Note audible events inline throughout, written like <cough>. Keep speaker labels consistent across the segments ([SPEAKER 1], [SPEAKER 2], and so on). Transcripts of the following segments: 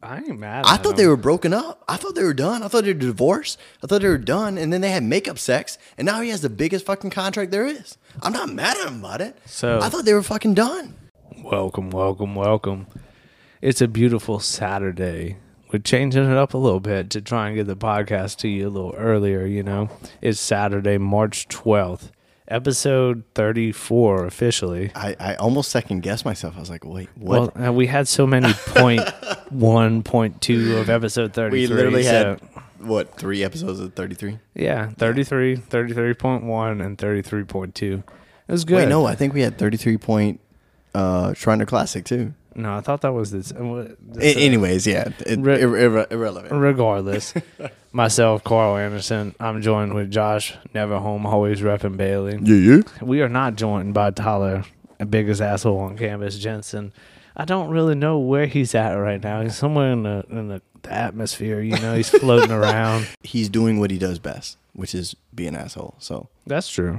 [SPEAKER 1] I ain't mad.
[SPEAKER 2] I
[SPEAKER 1] at
[SPEAKER 2] thought they
[SPEAKER 1] him.
[SPEAKER 2] were broken up. I thought they were done. I thought they were divorced. I thought they were done. And then they had makeup sex. And now he has the biggest fucking contract there is. I'm not mad at him about it.
[SPEAKER 1] So-
[SPEAKER 2] I thought they were fucking done.
[SPEAKER 1] Welcome, welcome, welcome. It's a beautiful Saturday. We're changing it up a little bit to try and get the podcast to you a little earlier, you know. It's Saturday, March 12th, episode 34 officially.
[SPEAKER 2] I, I almost second guessed myself. I was like, wait, what?
[SPEAKER 1] Well, uh, we had so
[SPEAKER 2] <laughs>
[SPEAKER 1] many point one, point two of episode 33.
[SPEAKER 2] we literally
[SPEAKER 1] so-
[SPEAKER 2] had, what, three episodes of 33?
[SPEAKER 1] yeah, 33, 33.1 and 33.2. It was good.
[SPEAKER 2] Wait, no, I think we had 33 point uh, Shriner Classic too.
[SPEAKER 1] No, I thought that was this.
[SPEAKER 2] A- anyways, yeah, it,
[SPEAKER 1] Re-
[SPEAKER 2] ir- irre- irrelevant.
[SPEAKER 1] Regardless, myself, Carl Anderson, I'm joined with Josh, never home, always repping Bailey.
[SPEAKER 2] yeah.
[SPEAKER 1] We are not joined by Tyler, the biggest asshole on campus, Jensen. I don't really know where he's at right now. He's somewhere in the in the atmosphere, you know. He's floating around.
[SPEAKER 2] He's doing what he does best, which is be an asshole. So
[SPEAKER 1] That's true.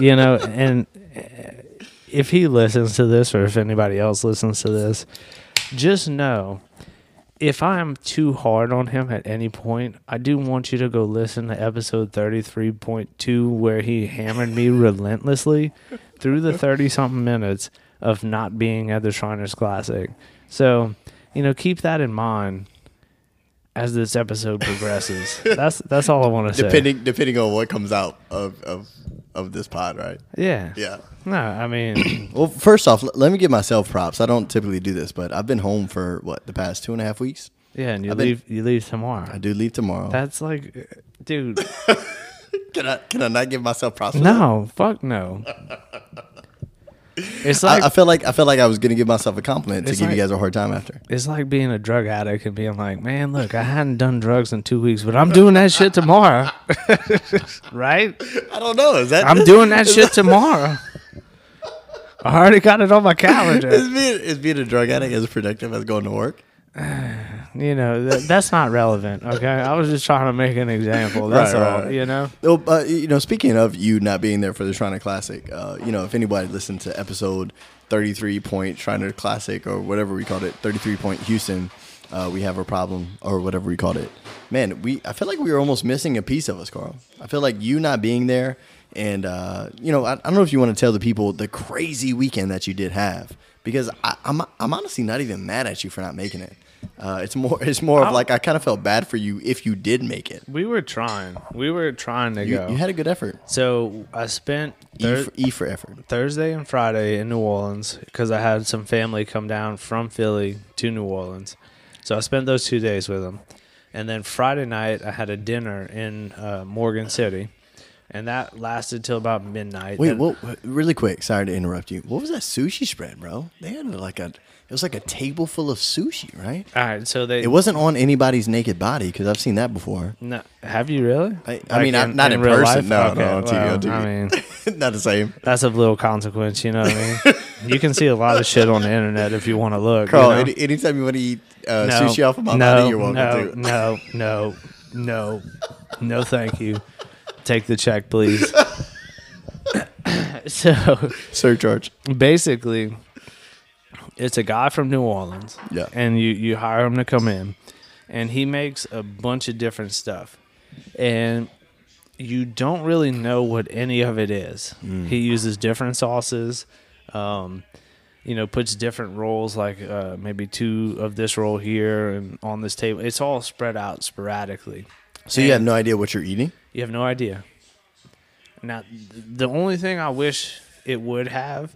[SPEAKER 1] you know, and uh, if he listens to this or if anybody else listens to this, just know if I'm too hard on him at any point, I do want you to go listen to episode 33.2 where he hammered me relentlessly through the 30 something minutes of not being at the Shriners Classic. So, you know, keep that in mind as this episode progresses. that's that's all I want to say.
[SPEAKER 2] depending depending on what comes out of of of this pod, right?
[SPEAKER 1] Yeah.
[SPEAKER 2] Yeah.
[SPEAKER 1] No, I
[SPEAKER 2] <coughs>
[SPEAKER 1] mean,
[SPEAKER 2] Well, first off, l- let me give myself props. I don't typically do this, but I've been home for what the past two and a half weeks.
[SPEAKER 1] yeah, and you
[SPEAKER 2] I've been-
[SPEAKER 1] leave you leave
[SPEAKER 2] I
[SPEAKER 1] tomorrow.
[SPEAKER 2] do leave tomorrow.
[SPEAKER 1] That's like, uh,
[SPEAKER 2] <laughs>
[SPEAKER 1] dude, <laughs>
[SPEAKER 2] can I can I not give myself props? for that?
[SPEAKER 1] no, fuck no. It's like
[SPEAKER 2] <laughs> I, I feel like I felt like I was gonna give myself a compliment to
[SPEAKER 1] It's
[SPEAKER 2] give
[SPEAKER 1] like-
[SPEAKER 2] you guys a hard time after.
[SPEAKER 1] it's like being a drug addict and being like, man, look, I hadn't done drugs in two weeks, but I'm doing that shit tomorrow, <laughs> right?
[SPEAKER 2] I don't know. Is that
[SPEAKER 1] I'm
[SPEAKER 2] <laughs>
[SPEAKER 1] doing that shit tomorrow. I already got it on my calendar.
[SPEAKER 2] Is being, is being a drug addict as productive as going to work?
[SPEAKER 1] You know, that that's not relevant. Okay, I was just trying to make an example. That's
[SPEAKER 2] Right,
[SPEAKER 1] all.
[SPEAKER 2] right.
[SPEAKER 1] You know.
[SPEAKER 2] Well, uh, you know, speaking of you not being there for the Shriner Classic, uh, you know, if anybody listened to episode 33 point Shriner Classic or whatever we called it, 33 point Houston, uh, we have a problem or whatever we called it. Man, we I feel like we were almost missing a piece of us, Carl. I feel like you not being there, and uh, you know, I, I don't know if you want to tell the people the crazy weekend that you did have because I, I'm I'm honestly not even mad at you for not making it. Uh, it's more <laughs> it's more of like I kind of felt bad for you if you did make it.
[SPEAKER 1] We were trying. We were trying to
[SPEAKER 2] You,
[SPEAKER 1] go.
[SPEAKER 2] you had a good effort.
[SPEAKER 1] So I spent
[SPEAKER 2] E
[SPEAKER 1] thir-
[SPEAKER 2] for, e for effort.
[SPEAKER 1] Thursday and Friday in New Orleans because I had some family come down from Philly to New Orleans. So I spent those two days with them. And then Friday night, I had a dinner in uh, Morgan City. And that lasted till about midnight.
[SPEAKER 2] Wait,
[SPEAKER 1] Then-
[SPEAKER 2] what? what- Really quick. Sorry to interrupt you. What was that sushi spread, bro? They had like a. It was like a table full of sushi, right?
[SPEAKER 1] All right. So they.
[SPEAKER 2] It wasn't on anybody's naked body because I've seen that before.
[SPEAKER 1] No, have you really?
[SPEAKER 2] I, I mean, I'm not in,
[SPEAKER 1] real
[SPEAKER 2] person. No,
[SPEAKER 1] Okay,
[SPEAKER 2] no, on TV.
[SPEAKER 1] well,
[SPEAKER 2] on TV.
[SPEAKER 1] I mean,
[SPEAKER 2] <laughs> not the same.
[SPEAKER 1] that's of little consequence. You know what I
[SPEAKER 2] <laughs>
[SPEAKER 1] mean? you can see a lot of shit on the internet if you want to look. you
[SPEAKER 2] Carl,
[SPEAKER 1] know?
[SPEAKER 2] any, anytime you want to eat uh,
[SPEAKER 1] no,
[SPEAKER 2] sushi off of my
[SPEAKER 1] no,
[SPEAKER 2] body, you're welcome
[SPEAKER 1] no,
[SPEAKER 2] to.
[SPEAKER 1] No, no, no, no, thank you. Take the check,
[SPEAKER 2] <laughs>
[SPEAKER 1] please. <laughs> so
[SPEAKER 2] Surcharge.
[SPEAKER 1] basically, it's a guy from New Orleans.
[SPEAKER 2] Yeah.
[SPEAKER 1] And you, you hire him to come in, and he makes a bunch of different stuff. And you don't really know what any of it is. He uses different sauces. Um, you know, puts different rolls like uh, maybe two of this roll here and on this table. It's all spread out sporadically.
[SPEAKER 2] So you have no idea what you're eating?
[SPEAKER 1] You have no idea. Now, th- the only thing I wish it would have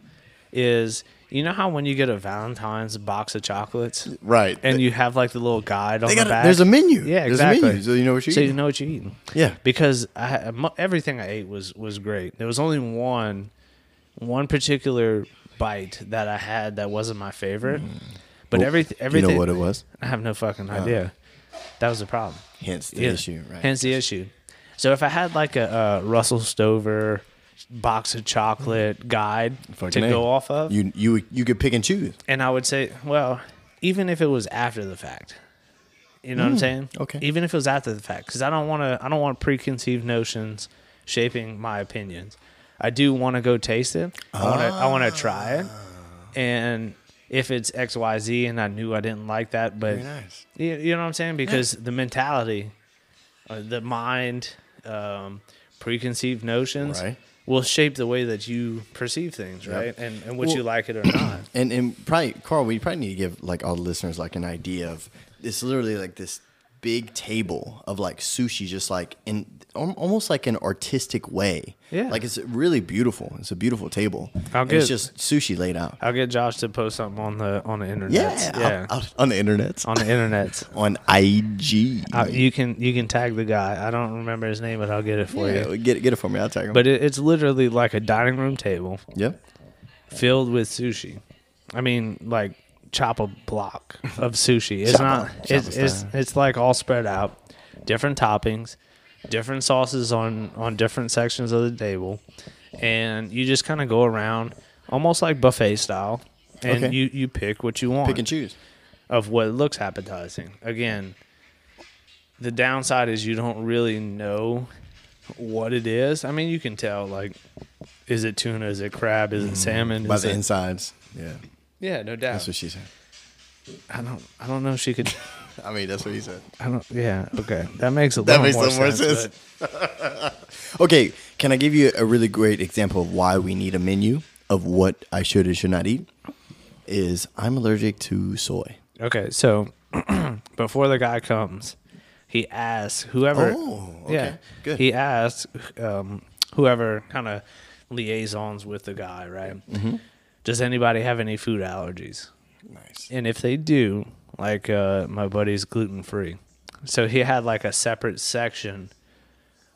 [SPEAKER 1] is you know how when you get a Valentine's box of chocolates
[SPEAKER 2] Right.
[SPEAKER 1] and you have like the little guide on
[SPEAKER 2] They
[SPEAKER 1] the
[SPEAKER 2] got a-
[SPEAKER 1] back.
[SPEAKER 2] there's a menu.
[SPEAKER 1] Yeah,
[SPEAKER 2] There's a
[SPEAKER 1] exactly.
[SPEAKER 2] menu, so you know what you're
[SPEAKER 1] So you
[SPEAKER 2] eating.
[SPEAKER 1] know what you're eating.
[SPEAKER 2] Yeah.
[SPEAKER 1] Because I had, mo- everything I ate was was great. There was only one one particular bite that I had that wasn't my favorite. But
[SPEAKER 2] Mm. Well,
[SPEAKER 1] every everything
[SPEAKER 2] You know what it Uh. was?
[SPEAKER 1] I have no fucking idea. That was the problem.
[SPEAKER 2] Hence the
[SPEAKER 1] Yeah.
[SPEAKER 2] issue, right?
[SPEAKER 1] Hence the issue. So if I had like a uh, Russell Stover box of chocolate guide
[SPEAKER 2] Fucking
[SPEAKER 1] to
[SPEAKER 2] A.
[SPEAKER 1] go off of,
[SPEAKER 2] you you you could pick and choose.
[SPEAKER 1] and I would say, well, even if it was after the fact, you know what I'm saying?
[SPEAKER 2] Mm, okay.
[SPEAKER 1] Even if it was after the fact, because I don't want to, I don't want preconceived notions shaping my
[SPEAKER 2] Ah.
[SPEAKER 1] opinions. I do want to go taste it. I want to, I want to try it, and if it's X Y Z and I knew I didn't like that, but
[SPEAKER 2] Very nice.
[SPEAKER 1] you, you know what I'm saying because the mentality, uh, the mind, um, preconceived notions
[SPEAKER 2] Right.
[SPEAKER 1] will shape the way that you perceive things, right? And and what you
[SPEAKER 2] Well-
[SPEAKER 1] like it or not.
[SPEAKER 2] And and probably Carl, we probably need to give like all the listeners like an idea of it's literally like this big table of like sushi, just like in al- almost like an artistic way.
[SPEAKER 1] Yeah.
[SPEAKER 2] like it's really beautiful. It's a beautiful table.
[SPEAKER 1] I'll
[SPEAKER 2] And it's
[SPEAKER 1] get-
[SPEAKER 2] just sushi laid out.
[SPEAKER 1] I'll get Josh to post something on the on the internet.
[SPEAKER 2] Yeah,
[SPEAKER 1] yeah,
[SPEAKER 2] I'll- I'll- <laughs> on the internet,
[SPEAKER 1] on the internet.
[SPEAKER 2] <laughs> on IG.
[SPEAKER 1] I, you can you can tag the guy. I don't remember his name, but I'll get it for you.
[SPEAKER 2] yeah, get it- get it for me. I'll tag him.
[SPEAKER 1] But it, it's literally like a dining room table
[SPEAKER 2] yep.
[SPEAKER 1] filled with sushi. I mean, like chop a block
[SPEAKER 2] <laughs>
[SPEAKER 1] of sushi. It's
[SPEAKER 2] Chop a-
[SPEAKER 1] not.
[SPEAKER 2] chop a
[SPEAKER 1] It's, it's it's like all spread out, different toppings, different sauces on on different sections of the table, and you just kind of go around almost like buffet style, and
[SPEAKER 2] Okay.
[SPEAKER 1] you you pick what you want
[SPEAKER 2] Pick and choose.
[SPEAKER 1] of what looks appetizing. Again, the downside is you don't really know what it is. I mean, you can tell like, is it tuna? Is it crab? Is it salmon?
[SPEAKER 2] Mm-hmm. By
[SPEAKER 1] Is
[SPEAKER 2] the
[SPEAKER 1] it-
[SPEAKER 2] insides. Yeah.
[SPEAKER 1] yeah, no
[SPEAKER 2] That's
[SPEAKER 1] doubt.
[SPEAKER 2] what she said.
[SPEAKER 1] I don't. I don't know if she could.
[SPEAKER 2] I mean, that's what he said.
[SPEAKER 1] I don't. Yeah. Okay. That makes a
[SPEAKER 2] That
[SPEAKER 1] little
[SPEAKER 2] makes
[SPEAKER 1] more
[SPEAKER 2] a lot more
[SPEAKER 1] sense.
[SPEAKER 2] sense. Okay, can I give you a really great example of why we need a menu of what I should and should not eat? Is I'm allergic to soy.
[SPEAKER 1] but- Okay. So <clears throat> before the guy comes, he asks whoever.
[SPEAKER 2] Oh, okay, good.
[SPEAKER 1] He asks um, whoever kind of liaisons with the guy, right?
[SPEAKER 2] Mm-hmm.
[SPEAKER 1] Does anybody have any food allergies?
[SPEAKER 2] Nice.
[SPEAKER 1] and if they do, like uh, my buddy's gluten free, so he had like a separate section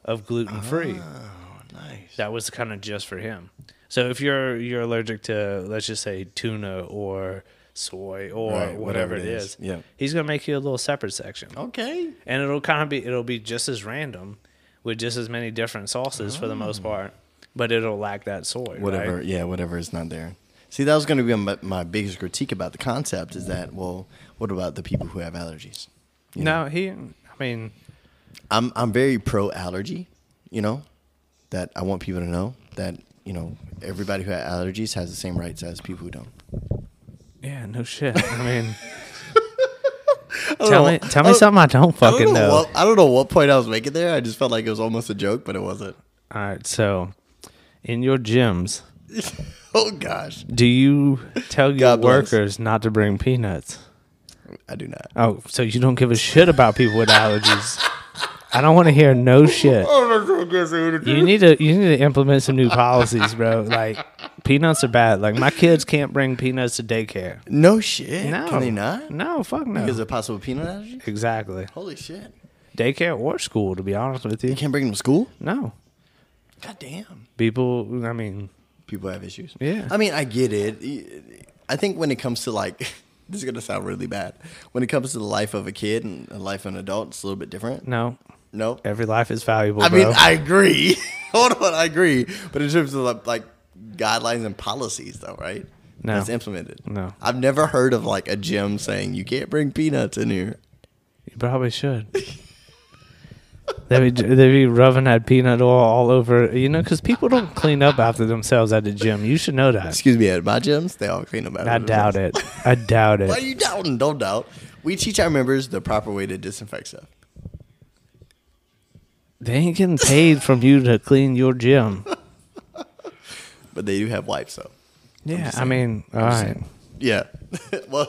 [SPEAKER 1] of gluten free
[SPEAKER 2] Oh, nice.
[SPEAKER 1] that was kind of just for him. So if you're you're allergic to let's just say tuna or soy or
[SPEAKER 2] Right,
[SPEAKER 1] whatever, it is,
[SPEAKER 2] yeah. Oh.
[SPEAKER 1] he's gonna make you a little separate section,
[SPEAKER 2] Okay.
[SPEAKER 1] and it'll kind of be it'll be just as random with just as many different sauces for the most part, but it'll lack that soy.
[SPEAKER 2] Whatever.
[SPEAKER 1] right?
[SPEAKER 2] Yeah, whatever is not there. See, that was going to be my, my biggest critique about the concept is that, well, what about the people who have allergies? You know,
[SPEAKER 1] No, he. I mean,
[SPEAKER 2] I'm I'm very pro allergy, you know, that I want people to know that, you know, everybody who has allergies has the same rights as people who don't.
[SPEAKER 1] yeah, no shit. I mean.
[SPEAKER 2] don't
[SPEAKER 1] Tell
[SPEAKER 2] know.
[SPEAKER 1] me, tell me something I don't
[SPEAKER 2] I don't
[SPEAKER 1] fucking know.
[SPEAKER 2] What, I don't know what point I was making there. I just felt like it was almost a joke, but it wasn't. <laughs>
[SPEAKER 1] All right, so in your gyms,
[SPEAKER 2] Oh gosh,
[SPEAKER 1] do you tell your
[SPEAKER 2] God bless.
[SPEAKER 1] workers not to bring peanuts?
[SPEAKER 2] I do not.
[SPEAKER 1] Oh, so you don't give a shit about people with allergies? I don't want to hear no shit. You need to you need to implement some new policies, bro. Like peanuts are bad. Like my kids can't bring peanuts to daycare.
[SPEAKER 2] No shit.
[SPEAKER 1] No,
[SPEAKER 2] Can they not?
[SPEAKER 1] No, fuck
[SPEAKER 2] Because
[SPEAKER 1] no.
[SPEAKER 2] of possible peanut allergy.
[SPEAKER 1] Exactly,
[SPEAKER 2] Holy shit!
[SPEAKER 1] daycare or school. To be honest with you,
[SPEAKER 2] You can't bring them to school.
[SPEAKER 1] no
[SPEAKER 2] God damn.
[SPEAKER 1] people. I mean,
[SPEAKER 2] People have issues.
[SPEAKER 1] Yeah.
[SPEAKER 2] I mean, I get it. I think when it comes to like, <laughs> this is gonna sound really bad. When it comes to the life of a kid and the life of an adult, it's a little bit different.
[SPEAKER 1] no.
[SPEAKER 2] No.
[SPEAKER 1] Every life is valuable.
[SPEAKER 2] I mean,
[SPEAKER 1] bro.
[SPEAKER 2] I agree. <laughs> Hold on, I agree. But in terms of like, like guidelines and policies, though, right?
[SPEAKER 1] No.
[SPEAKER 2] That's implemented.
[SPEAKER 1] No.
[SPEAKER 2] I've never heard of like a gym saying you can't bring peanuts in here.
[SPEAKER 1] You probably should. they be they be rubbing that peanut oil all over, you know, because people don't clean up after themselves at the gym. You should know that.
[SPEAKER 2] Excuse me, at my gyms, they all clean them out.
[SPEAKER 1] I doubt it. I doubt
[SPEAKER 2] Why are
[SPEAKER 1] it.
[SPEAKER 2] you doubting? Don't doubt. We teach our members the proper way to disinfect stuff.
[SPEAKER 1] They ain't getting paid from you to clean your
[SPEAKER 2] <laughs>
[SPEAKER 1] gym.
[SPEAKER 2] But they do have wipes, though.
[SPEAKER 1] Yeah, I mean, all
[SPEAKER 2] just
[SPEAKER 1] right.
[SPEAKER 2] Yeah. <laughs> well,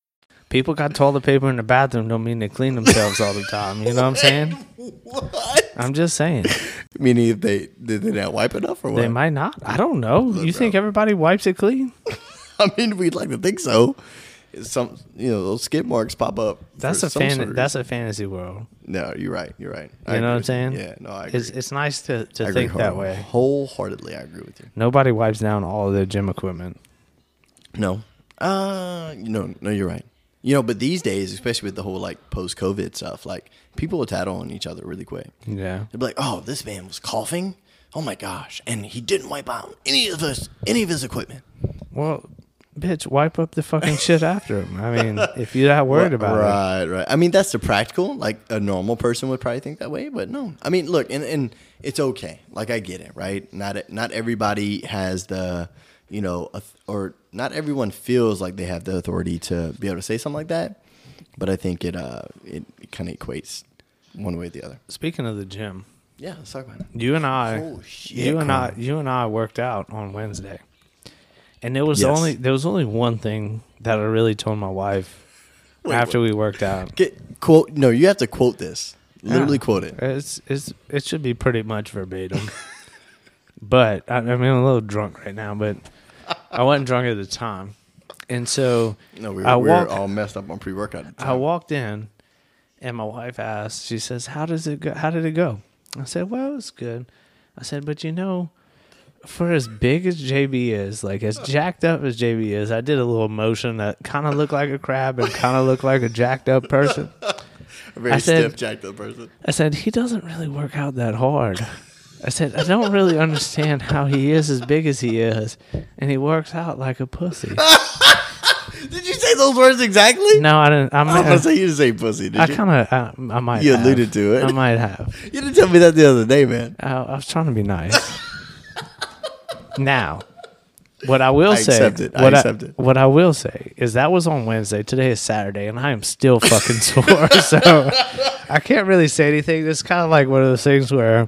[SPEAKER 1] People got toilet paper in the bathroom don't mean they clean themselves all the time. You know what I'm saying?
[SPEAKER 2] what?
[SPEAKER 1] I'm just saying.
[SPEAKER 2] Meaning if they did they not wipe enough or what?
[SPEAKER 1] They might not. I don't know. You think everybody wipes it clean?
[SPEAKER 2] <laughs> I mean, we'd like to think so. Some, you know, those skid marks pop up.
[SPEAKER 1] That's
[SPEAKER 2] for
[SPEAKER 1] a
[SPEAKER 2] some sort
[SPEAKER 1] fan
[SPEAKER 2] of
[SPEAKER 1] that's a fantasy world.
[SPEAKER 2] No, you're right. You're right. I
[SPEAKER 1] You know
[SPEAKER 2] agree
[SPEAKER 1] what I'm
[SPEAKER 2] with you.
[SPEAKER 1] saying?
[SPEAKER 2] Yeah, no, I agree.
[SPEAKER 1] It's it's nice to,
[SPEAKER 2] I
[SPEAKER 1] to
[SPEAKER 2] agree
[SPEAKER 1] think that
[SPEAKER 2] whole-
[SPEAKER 1] way.
[SPEAKER 2] Wholeheartedly, I agree with you.
[SPEAKER 1] Nobody wipes down all of their gym equipment.
[SPEAKER 2] No, Uh, no, no, you're right. You know, but these days, especially with the whole like post COVID stuff, like people will tattle on each other really quick.
[SPEAKER 1] Yeah.
[SPEAKER 2] They'll be like, "Oh, this man was coughing. Oh my gosh, and he didn't wipe out any of us, any of his equipment."
[SPEAKER 1] Well, bitch, wipe up the fucking shit after him. I
[SPEAKER 2] <laughs>
[SPEAKER 1] mean, if you're that worried about it.
[SPEAKER 2] right, right. I mean, that's the practical. Like a normal person would probably think that way, but no. I mean, look, and, and it's okay. Like I get it, right? Not not everybody has the, you know, auth- or not everyone feels like they have the authority to be able to say something like that. But I think it uh it, it kind of equates one way or the other.
[SPEAKER 1] Speaking of the gym,
[SPEAKER 2] Yeah, let's talk about it.
[SPEAKER 1] you and I,
[SPEAKER 2] Oh, shit,
[SPEAKER 1] you and I,
[SPEAKER 2] Connor.
[SPEAKER 1] you and I worked out on Wednesday, and there was
[SPEAKER 2] Yes.
[SPEAKER 1] only there was only one thing that I really told my wife after we worked out.
[SPEAKER 2] Get quote. No, you have to quote this. Literally
[SPEAKER 1] Yeah.
[SPEAKER 2] quote it.
[SPEAKER 1] It's it's it should be pretty much verbatim. <laughs> but I, I mean, I'm a little drunk right now, but I wasn't drunk at the time, and so
[SPEAKER 2] No, we
[SPEAKER 1] I
[SPEAKER 2] were, we were
[SPEAKER 1] walked-
[SPEAKER 2] all messed up on pre workout.
[SPEAKER 1] I walked in, and my wife asked. She says, "How does it go? How did it go?" I said, "Well, it's good." I said, "But you know, for as big as JB is, like as jacked up as JB is, I did a little motion that kind of looked like a crab and kind of looked like a jacked up person."
[SPEAKER 2] A very
[SPEAKER 1] I said-
[SPEAKER 2] stiff, jacked up person.
[SPEAKER 1] I said, he doesn't really work out that hard. I said, I don't really understand how he is as big as he is, and he works out like a
[SPEAKER 2] <laughs>
[SPEAKER 1] pussy.
[SPEAKER 2] Did you say those words exactly?
[SPEAKER 1] No, I didn't. I'm,
[SPEAKER 2] I was
[SPEAKER 1] I, <laughs>
[SPEAKER 2] gonna say you didn't say pussy, did you?
[SPEAKER 1] kind of, I, I might.
[SPEAKER 2] You
[SPEAKER 1] have.
[SPEAKER 2] alluded to it.
[SPEAKER 1] I might have.
[SPEAKER 2] you didn't tell me that the other day, man.
[SPEAKER 1] I, Uh, I was trying to be nice.
[SPEAKER 2] <laughs>
[SPEAKER 1] now, what I will
[SPEAKER 2] I
[SPEAKER 1] say,
[SPEAKER 2] accept it. I
[SPEAKER 1] what
[SPEAKER 2] accept it.
[SPEAKER 1] What I will say is that was on Wednesday. Today is Saturday, and I am still fucking sore. <laughs> So I can't really say anything. It's kind of like one of those things where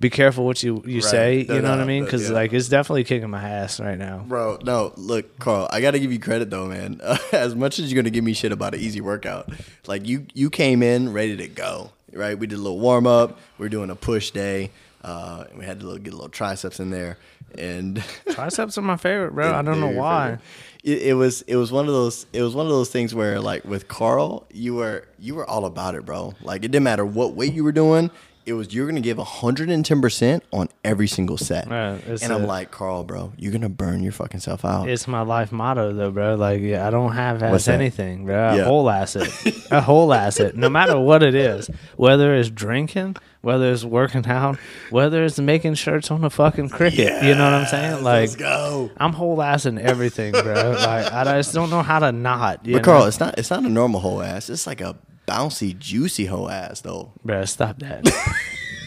[SPEAKER 1] be careful what you you say.
[SPEAKER 2] No,
[SPEAKER 1] you know
[SPEAKER 2] no,
[SPEAKER 1] what I mean?
[SPEAKER 2] no,
[SPEAKER 1] Because
[SPEAKER 2] yeah.
[SPEAKER 1] like it's definitely kicking my ass right now.
[SPEAKER 2] Bro, no, look, Carl, I gotta give you credit though, man. <laughs> as much as you're gonna give me shit about an easy workout, like you you came in ready to go, right? We did a little warm up, we are doing a push day, uh, and we had to little, get a little triceps in there, and <laughs>
[SPEAKER 1] Triceps are my favorite, bro. <laughs> I don't know
[SPEAKER 2] Dude,
[SPEAKER 1] why.
[SPEAKER 2] brother. It, it was it was one of those it was one of those things where like with Carl, you were you were all about it, bro. Like it didn't matter what weight you were doing. It was you're gonna give 110 percent on every single set,
[SPEAKER 1] Yeah, it's
[SPEAKER 2] and I'm
[SPEAKER 1] it.
[SPEAKER 2] like Carl, bro, you're gonna burn your fucking self out.
[SPEAKER 1] It's my life motto, though, bro. Like, yeah, I don't have
[SPEAKER 2] What's
[SPEAKER 1] ass
[SPEAKER 2] that?
[SPEAKER 1] anything, bro. A
[SPEAKER 2] Yeah.
[SPEAKER 1] whole asset, a whole asset, no matter what it is, whether it's drinking, whether it's working out, whether it's making shirts on a fucking cricket. You know what I'm saying? Like,
[SPEAKER 2] Let's go.
[SPEAKER 1] I'm whole ass in everything, bro.
[SPEAKER 2] <laughs>
[SPEAKER 1] like, I just don't know how to not. You
[SPEAKER 2] But
[SPEAKER 1] know?
[SPEAKER 2] Carl, it's not it's not a normal whole ass. It's like a bouncy, juicy whole ass though.
[SPEAKER 1] bro, stop that.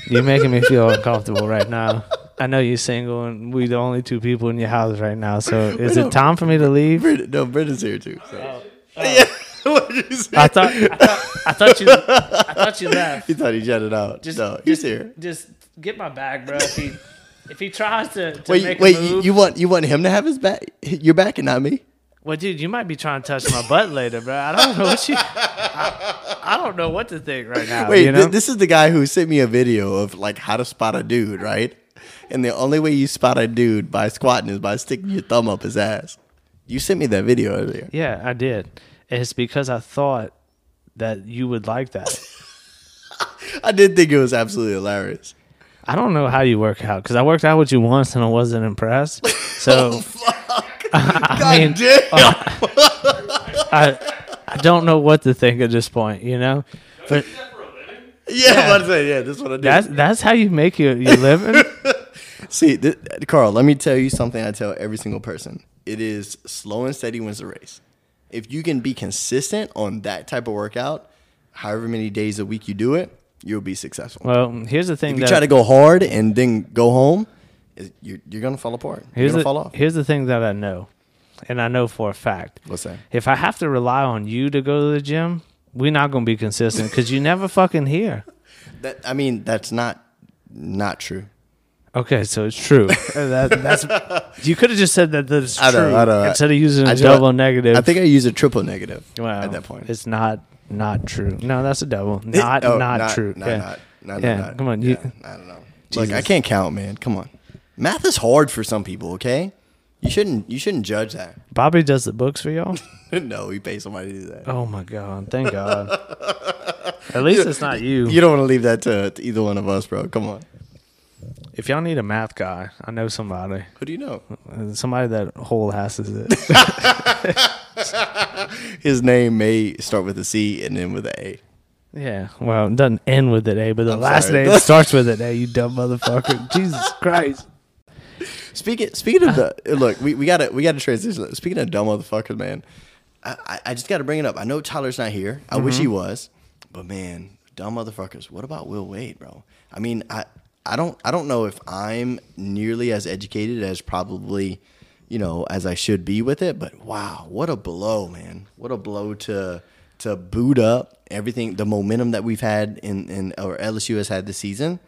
[SPEAKER 1] You're making me feel uncomfortable right now. I know you're single, and we the only two people in your house right now. So, is it time for me to leave?
[SPEAKER 2] Brit- no, Brendan's here too. So.
[SPEAKER 1] Oh,
[SPEAKER 2] <laughs> Yeah. <laughs> What did you say?
[SPEAKER 1] I thought, I thought, I thought you, I thought you left.
[SPEAKER 2] he thought he jetted out.
[SPEAKER 1] Just-
[SPEAKER 2] no, he's here.
[SPEAKER 1] Just get my bag, bro. If
[SPEAKER 2] <laughs>
[SPEAKER 1] he if he tries to, to
[SPEAKER 2] Wait,
[SPEAKER 1] make
[SPEAKER 2] wait,
[SPEAKER 1] a
[SPEAKER 2] you,
[SPEAKER 1] move,
[SPEAKER 2] you want you want him to have his back? Your back and not me.
[SPEAKER 1] well, dude, you might be trying to touch my butt later, bro. I don't know what you. I, I don't know what to think right now.
[SPEAKER 2] Wait,
[SPEAKER 1] Uh, you know?
[SPEAKER 2] th- this is the guy who sent me a video of like how to spot a dude, right? And the only way you spot a dude by squatting is by sticking your thumb up his ass. You sent me that video earlier.
[SPEAKER 1] yeah, I did. It's because I thought that you would like that.
[SPEAKER 2] I did think it was absolutely hilarious.
[SPEAKER 1] I don't know how you work out because I worked out with you once and I wasn't impressed.
[SPEAKER 2] <laughs> Oh,
[SPEAKER 1] So
[SPEAKER 2] God
[SPEAKER 1] mean- uh,
[SPEAKER 2] damn!
[SPEAKER 1] I I don't know what to think at this point. You know, but
[SPEAKER 2] <laughs> yeah, I'm about to say, yeah, this is what I did.
[SPEAKER 1] that's that's how you make your your
[SPEAKER 2] <laughs>
[SPEAKER 1] living.
[SPEAKER 2] See, th- Carl, let me tell you something I tell every single person. It is slow and steady wins the race. If you can be consistent on that type of workout, however many days a week you do it, you'll be successful.
[SPEAKER 1] Well, here's the thing.
[SPEAKER 2] if you
[SPEAKER 1] that,
[SPEAKER 2] try to go hard and then go home, it- you're, you're going to fall apart. You're
[SPEAKER 1] Here's
[SPEAKER 2] going to
[SPEAKER 1] the,
[SPEAKER 2] fall off.
[SPEAKER 1] here's the thing that I know, and I know for a fact.
[SPEAKER 2] What's that?
[SPEAKER 1] If I have to rely on you to go to the gym, we're not going to be consistent because you never fucking here.
[SPEAKER 2] That, I mean, that's not not true.
[SPEAKER 1] Okay, so it's
[SPEAKER 2] <laughs>
[SPEAKER 1] true. That, that's you could have just said that that's
[SPEAKER 2] I know,
[SPEAKER 1] true
[SPEAKER 2] I know.
[SPEAKER 1] instead of using a
[SPEAKER 2] I just-
[SPEAKER 1] double negative.
[SPEAKER 2] I think I used a triple negative
[SPEAKER 1] Wow.
[SPEAKER 2] at that point.
[SPEAKER 1] it's not not true. No, that's a
[SPEAKER 2] <laughs>
[SPEAKER 1] double. Not
[SPEAKER 2] Oh,
[SPEAKER 1] not, true.
[SPEAKER 2] Not,
[SPEAKER 1] yeah.
[SPEAKER 2] not, not,
[SPEAKER 1] Yeah,
[SPEAKER 2] not-
[SPEAKER 1] come on,
[SPEAKER 2] yeah,
[SPEAKER 1] you-
[SPEAKER 2] I don't know.
[SPEAKER 1] Jesus.
[SPEAKER 2] Look, I can't count, man. Come on. Math is hard for some people. Okay, you shouldn't. You shouldn't judge that. <laughs>
[SPEAKER 1] Bobby does the books for y'all.
[SPEAKER 2] no, we pay somebody to do that.
[SPEAKER 1] Oh my god! Thank
[SPEAKER 2] <laughs>
[SPEAKER 1] God. At least it's not you.
[SPEAKER 2] You don't want to leave that to, to either one of us, bro. Come on.
[SPEAKER 1] If y'all need a math guy, I know somebody.
[SPEAKER 2] Who do you know?
[SPEAKER 1] Uh, Somebody that whole asses it. <laughs>
[SPEAKER 2] His name may start with a C and end with a A.
[SPEAKER 1] yeah. Well, it doesn't end with an A, but the
[SPEAKER 2] I'm
[SPEAKER 1] last
[SPEAKER 2] sorry.
[SPEAKER 1] name starts with an A, you dumb <laughs> motherfucker. Jesus Christ. <laughs>
[SPEAKER 2] Speaking speaking of the look, we, we gotta we gotta transition. Speaking of dumb motherfuckers, man, I, I, I just gotta bring it up. I know Tyler's not here. I wish
[SPEAKER 1] Mm-hmm.
[SPEAKER 2] he was, but man, dumb motherfuckers. What about Will Wade, bro? I mean, I I don't I don't know if I'm nearly as educated as probably you know as I should be with it, but wow, what a blow, man! What a blow to to boot up everything, the momentum that we've had in in or LSU has had this season,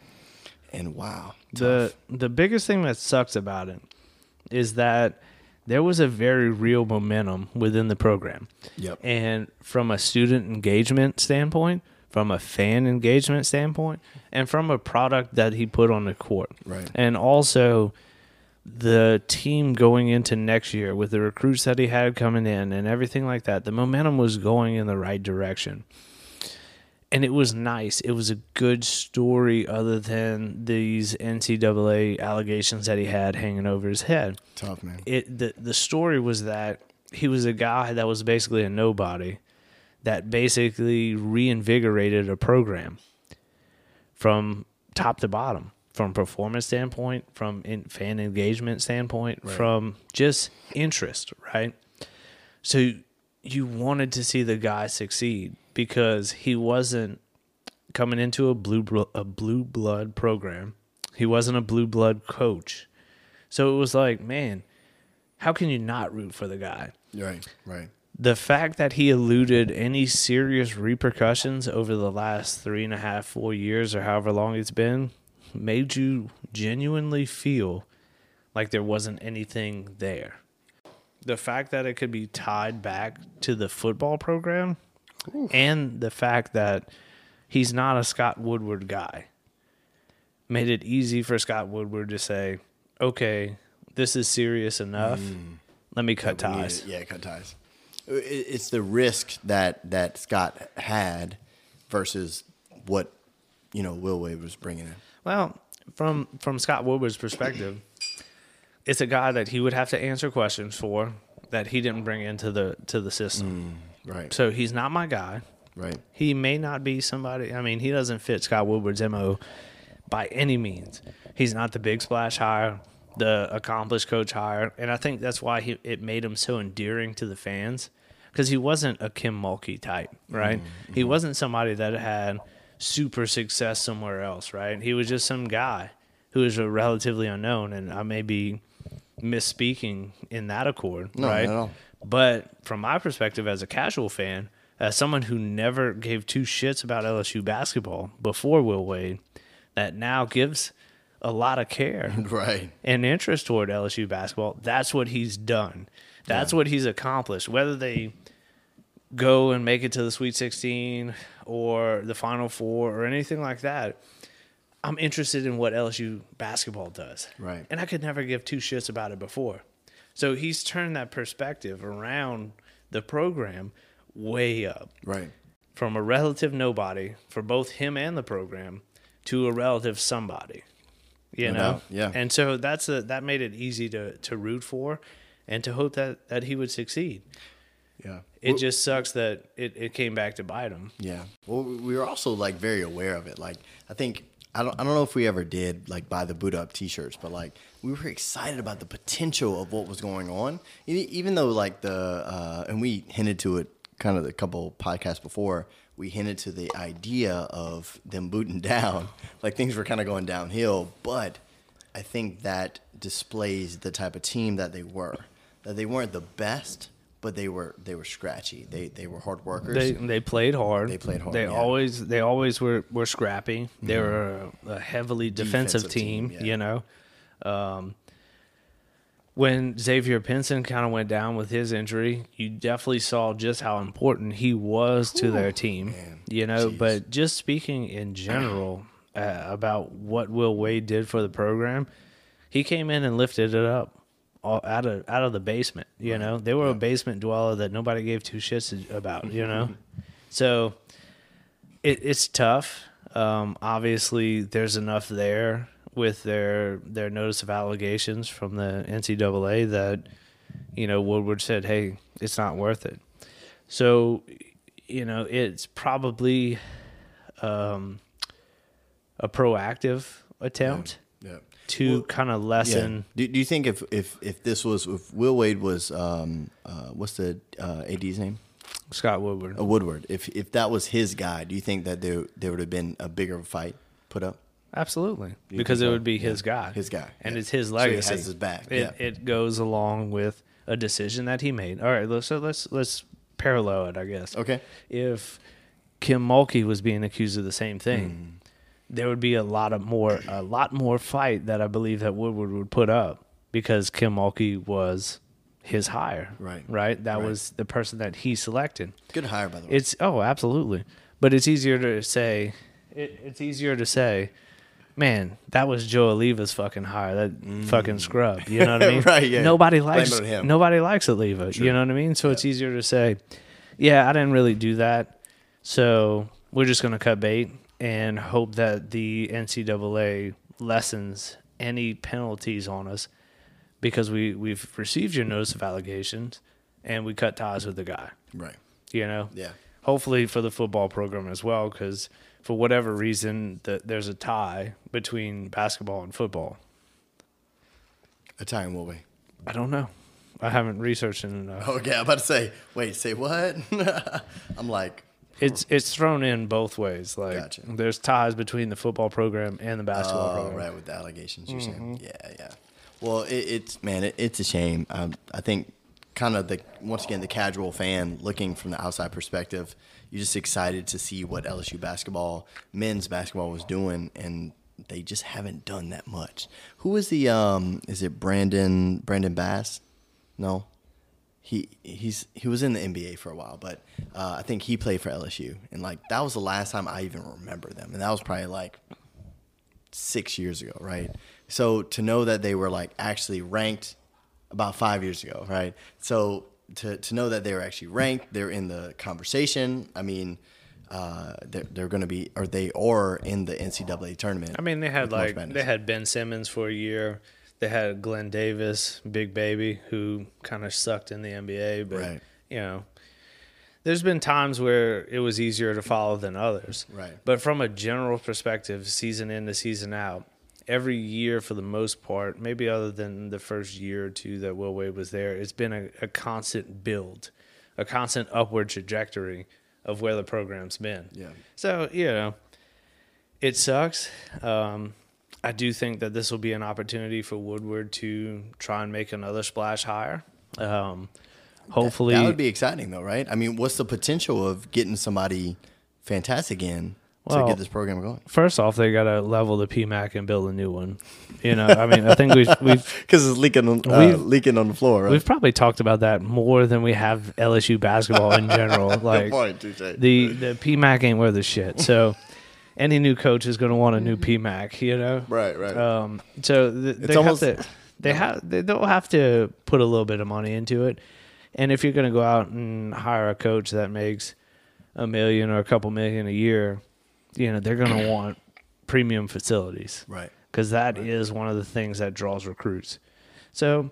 [SPEAKER 2] and wow,
[SPEAKER 1] the the biggest thing that sucks about it is that there was a very real momentum within the program.
[SPEAKER 2] Yep.
[SPEAKER 1] And from a student engagement standpoint, from a fan engagement standpoint, and from a product that he put on the court.
[SPEAKER 2] Right.
[SPEAKER 1] And also the team going into next year with the recruits that he had coming in and everything like that, the momentum was going in the right direction and it was nice. It was a good story, other than these NCAA allegations that he had hanging over his head.
[SPEAKER 2] tough man.
[SPEAKER 1] It the the story was that he was a guy that was basically a nobody, that basically reinvigorated a program from top to bottom, from performance standpoint, from in, fan engagement standpoint, from just interest, right? So you wanted to see the guy succeed because he wasn't coming into a blue blo- a blue blood program. He wasn't a blue blood coach. So it was like, man, how can you not root for the guy?
[SPEAKER 2] Right, right.
[SPEAKER 1] the fact that he eluded any serious repercussions over the last three and a half, four years, or however long it's been, made you genuinely feel like there wasn't anything there. The fact that it could be tied back to the football program and the fact that he's not a Scott Woodward guy made it easy for Scott Woodward to say, okay, this is serious enough. Let me cut
[SPEAKER 2] We need
[SPEAKER 1] ties.
[SPEAKER 2] it. Yeah, cut ties. I- It's the risk that that Scott had versus what you know Will Wade was bringing in.
[SPEAKER 1] Well, from from Scott Woodward's perspective, it's a guy that he would have to answer questions for that he didn't bring into the to the system.
[SPEAKER 2] Right,
[SPEAKER 1] So he's not my guy.
[SPEAKER 2] right.
[SPEAKER 1] He may not be somebody. I mean, he doesn't fit Scott Woodward's mo by any means. He's not the big splash hire, the accomplished coach hire, and I think that's why he, it made him so endearing to the fans because he wasn't a Kim Mulkey type, right?
[SPEAKER 2] Mm-hmm.
[SPEAKER 1] He wasn't somebody that had super success somewhere else, right? He was just some guy who is a relatively unknown, and I may be misspeaking in that accord,
[SPEAKER 2] No,
[SPEAKER 1] right?
[SPEAKER 2] not at all.
[SPEAKER 1] But from my perspective as a casual fan, as someone who never gave two shits about LSU basketball before Will Wade, that now gives a lot of care
[SPEAKER 2] Right.
[SPEAKER 1] and interest toward LSU basketball, that's what he's done. That's what he's accomplished. Whether they go and make it to the Sweet 16 or the Final Four or anything like that, I'm interested in what LSU basketball does.
[SPEAKER 2] Right.
[SPEAKER 1] And I could never give two shits about it before. So he's turned that perspective around the program way up
[SPEAKER 2] Right.
[SPEAKER 1] from a relative nobody for both him and the program to a relative somebody. You
[SPEAKER 2] No
[SPEAKER 1] know?
[SPEAKER 2] doubt, yeah.
[SPEAKER 1] And so that's a, that made it easy to, to root for and to hope that, that he would succeed.
[SPEAKER 2] Yeah.
[SPEAKER 1] It just sucks that it, it came back to bite him.
[SPEAKER 2] Yeah. Well, we we were also like very aware of it. Like, I think I don't I don't know if we ever did like buy the boot up T-shirts, but like we were excited about the potential of what was going on, E- even though like the uh, and we hinted to it kind of a couple podcasts before. We hinted to the idea of them booting <laughs> down, like things were kind of going downhill, but. I think that displays the type of team that they were. That they weren't the best, but they were they were scratchy. They they were hard workers.
[SPEAKER 1] They they played hard.
[SPEAKER 2] They played hard,
[SPEAKER 1] They
[SPEAKER 2] yeah. Mm-hmm.
[SPEAKER 1] always they always were, were scrappy. They were a, a heavily defensive,
[SPEAKER 2] Defensive
[SPEAKER 1] team,
[SPEAKER 2] team, yeah.
[SPEAKER 1] you know. Um, when Xavier Pinson kind of went down with his injury, you definitely saw just how important he was to their team, you know. But just speaking in general uh, about what Will Wade did for the program, he came in and lifted it up all, out of out of the basement. You know, they were a basement dweller that nobody gave two shits about. You know, so it, it's tough. Um, obviously, there's enough there with their their notice of allegations from the NCAA that you know Woodward said, "Hey, it's not worth it." So, you know, it's probably um, a proactive attempt
[SPEAKER 2] Yeah.
[SPEAKER 1] to kind of lessen.
[SPEAKER 2] Do, do you think if, if, if this was if Will Wade was um uh what's the uh, AD's name
[SPEAKER 1] Scott Woodward.
[SPEAKER 2] uh, Woodward if if that was his guy do you think that there there would have been a bigger fight put up
[SPEAKER 1] Absolutely, because it
[SPEAKER 2] think so?
[SPEAKER 1] would be his guy,
[SPEAKER 2] His guy,
[SPEAKER 1] and
[SPEAKER 2] yeah.
[SPEAKER 1] it's his
[SPEAKER 2] So he
[SPEAKER 1] legacy.
[SPEAKER 2] has his back,
[SPEAKER 1] It,
[SPEAKER 2] yeah.
[SPEAKER 1] it goes along with a decision that he made. All right, let's so let's let's parallel it, I guess.
[SPEAKER 2] Okay.
[SPEAKER 1] If Kim Mulkey was being accused of the same thing,
[SPEAKER 2] Hmm.
[SPEAKER 1] there would be a lot of more a lot more fight that I believe that Woodward would put up because Kim Mulkey was his hire.
[SPEAKER 2] Right.
[SPEAKER 1] Right. That
[SPEAKER 2] Right.
[SPEAKER 1] was the person that he selected.
[SPEAKER 2] good hire by the way
[SPEAKER 1] It's oh, absolutely. But it's easier to say. It, it's easier to say, man, that was Joe Oliva's fucking hire. That fucking scrub. You know what
[SPEAKER 2] <laughs>
[SPEAKER 1] I mean?
[SPEAKER 2] Mm. Right, yeah.
[SPEAKER 1] Nobody
[SPEAKER 2] Blame it
[SPEAKER 1] likes
[SPEAKER 2] on him.
[SPEAKER 1] nobody likes Oliva. You know what I mean? So it's easier to say, yeah, I didn't really do that. So we're just gonna cut bait and hope that the NCAA lessens any penalties on us because we we've received your notice of allegations and we cut ties with the guy
[SPEAKER 2] right
[SPEAKER 1] you know
[SPEAKER 2] Yeah.
[SPEAKER 1] hopefully for the football program as well because for whatever reason that there's a tie between basketball and football
[SPEAKER 2] Italian Will Wade
[SPEAKER 1] i don't know i haven't researched it enough
[SPEAKER 2] okay I'm about to say wait say what <laughs> I'm like
[SPEAKER 1] it's it's thrown in both ways like
[SPEAKER 2] Gotcha.
[SPEAKER 1] there's ties between the football program and the basketball
[SPEAKER 2] Oh,
[SPEAKER 1] program
[SPEAKER 2] right, with the allegations you're saying. Yeah, yeah. Well, it, it's man, it, it's a shame. Um, I think kind of the once again the casual fan looking from the outside perspective, you're just excited to see what LSU basketball, men's basketball, was doing, and they just haven't done that much. Who is the um? Is it Brandon Brandon Bass? No. He, he's he was in the NBA for a while, but uh, I think he played for LSU, and like that was the last time I even remember them, and that was probably like six years ago, right? So to know that they were like actually ranked about five years ago, right? So to, to know that they were actually ranked, they're in the conversation. I mean, uh, they're, they're going to be, or they are in the NCAA tournament.
[SPEAKER 1] i mean they had
[SPEAKER 2] with March
[SPEAKER 1] like
[SPEAKER 2] Madness.
[SPEAKER 1] they had ben simmons for a year they had glenn davis big baby who kind of sucked in the nba but
[SPEAKER 2] Right.
[SPEAKER 1] you know there's been times where it was easier to follow than others.
[SPEAKER 2] Right.
[SPEAKER 1] But from a general perspective, season in to season out, every year for the most part, maybe other than the first year or two that Will Wade was there, it's been a, a constant build, a constant upward trajectory of where the program's been.
[SPEAKER 2] Yeah.
[SPEAKER 1] So, you know, it sucks. Um, I do think that this will be an opportunity for Woodward to try and make another splash higher. Um, hopefully,
[SPEAKER 2] that would be exciting though, right? I mean, what's the potential of getting somebody fantastic in
[SPEAKER 1] Well,
[SPEAKER 2] to get this program going?
[SPEAKER 1] First off, they gotta level the PMAC and build a new one. You know, I mean, I think
[SPEAKER 2] <laughs>
[SPEAKER 1] we've we've
[SPEAKER 2] Because it's leaking on, uh,
[SPEAKER 1] We've-
[SPEAKER 2] leaking on the floor, right?
[SPEAKER 1] we've probably talked about that more than we have LSU basketball in general. Like
[SPEAKER 2] point, TJ.
[SPEAKER 1] the the PMAC ain't worth a shit. So any new coach is gonna want a new PMAC. You know,
[SPEAKER 2] Mm-hmm. Right, right.
[SPEAKER 1] Um, so th- they
[SPEAKER 2] almost-
[SPEAKER 1] have to they have they don't have to put a little bit of money into it. And if you're gonna go out and hire a coach that makes a million or a couple million a year, you know they're gonna want premium facilities
[SPEAKER 2] right.
[SPEAKER 1] because that is one of the things that draws recruits. So,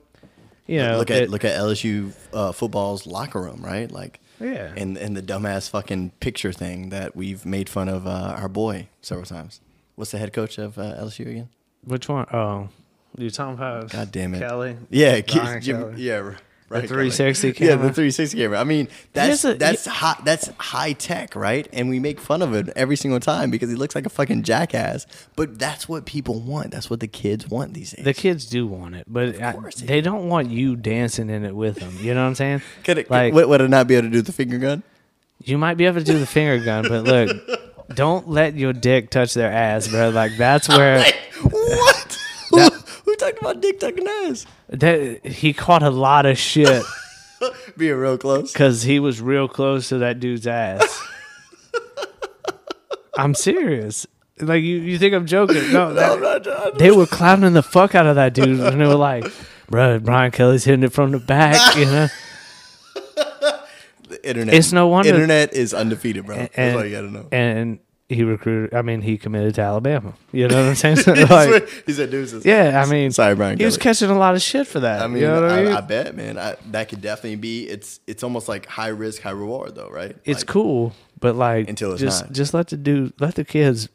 [SPEAKER 1] you know,
[SPEAKER 2] look at
[SPEAKER 1] it-
[SPEAKER 2] look at LSU uh, football's locker room, right? Like,
[SPEAKER 1] Yeah.
[SPEAKER 2] and and the dumbass fucking picture thing that we've made fun of uh, our boy several times. What's the head coach of uh, LSU again?
[SPEAKER 1] which one? Oh, you Tom House.
[SPEAKER 2] God damn it,
[SPEAKER 1] Kelly.
[SPEAKER 2] Yeah,
[SPEAKER 1] Brian
[SPEAKER 2] Jim-
[SPEAKER 1] Kelly.
[SPEAKER 2] yeah, r- right. Kelly.
[SPEAKER 1] 360
[SPEAKER 2] Yeah, the
[SPEAKER 1] camera.
[SPEAKER 2] 360 camera. I mean, that's
[SPEAKER 1] Here's a-
[SPEAKER 2] that's hot. That's high tech, right? And we make fun of it every single time because he looks like a fucking jackass. But that's what people want. That's what the kids want these days.
[SPEAKER 1] The kids do want it, but I,
[SPEAKER 2] course they
[SPEAKER 1] they don't want you dancing in it with them. You know what I'm
[SPEAKER 2] <laughs>
[SPEAKER 1] saying?
[SPEAKER 2] could it,
[SPEAKER 1] like
[SPEAKER 2] would, would it not be able to do the finger gun?
[SPEAKER 1] you might be able to do the finger gun, but
[SPEAKER 2] <laughs>
[SPEAKER 1] look, don't let your dick touch their ass, bro. Like that's where
[SPEAKER 2] Like,
[SPEAKER 1] <laughs>
[SPEAKER 2] what? Who, who talked about dick tucking ass?
[SPEAKER 1] that, he caught a lot of shit
[SPEAKER 2] Being real close.
[SPEAKER 1] because he was real close to that dude's
[SPEAKER 2] <laughs>
[SPEAKER 1] ass. I'm serious. Like you, you think I'm joking? No, that,
[SPEAKER 2] I'm not trying to-
[SPEAKER 1] they were clowning the fuck out of that dude, and they were like, "Bro, Brian Kelly's hitting it from the back," you
[SPEAKER 2] <laughs>
[SPEAKER 1] know.
[SPEAKER 2] Internet.
[SPEAKER 1] It's no wonder-
[SPEAKER 2] Internet is undefeated, bro. That's all you gotta know.
[SPEAKER 1] And he recruited. I mean, he committed to Alabama. You know what I'm saying? <laughs>
[SPEAKER 2] <laughs>
[SPEAKER 1] So,
[SPEAKER 2] He's
[SPEAKER 1] like,
[SPEAKER 2] with- he's at deuces.
[SPEAKER 1] yeah, I mean,
[SPEAKER 2] Sorry, Brian
[SPEAKER 1] He was
[SPEAKER 2] Kelly.
[SPEAKER 1] catching a lot of shit for that.
[SPEAKER 2] I mean,
[SPEAKER 1] you know what I
[SPEAKER 2] I,
[SPEAKER 1] mean?
[SPEAKER 2] I bet, man. I, that could definitely be. It's it's almost like high risk, high reward, though, right?
[SPEAKER 1] it's
[SPEAKER 2] Like,
[SPEAKER 1] cool, but like,
[SPEAKER 2] Until it's
[SPEAKER 1] just
[SPEAKER 2] not.
[SPEAKER 1] just let the dude, let the kids,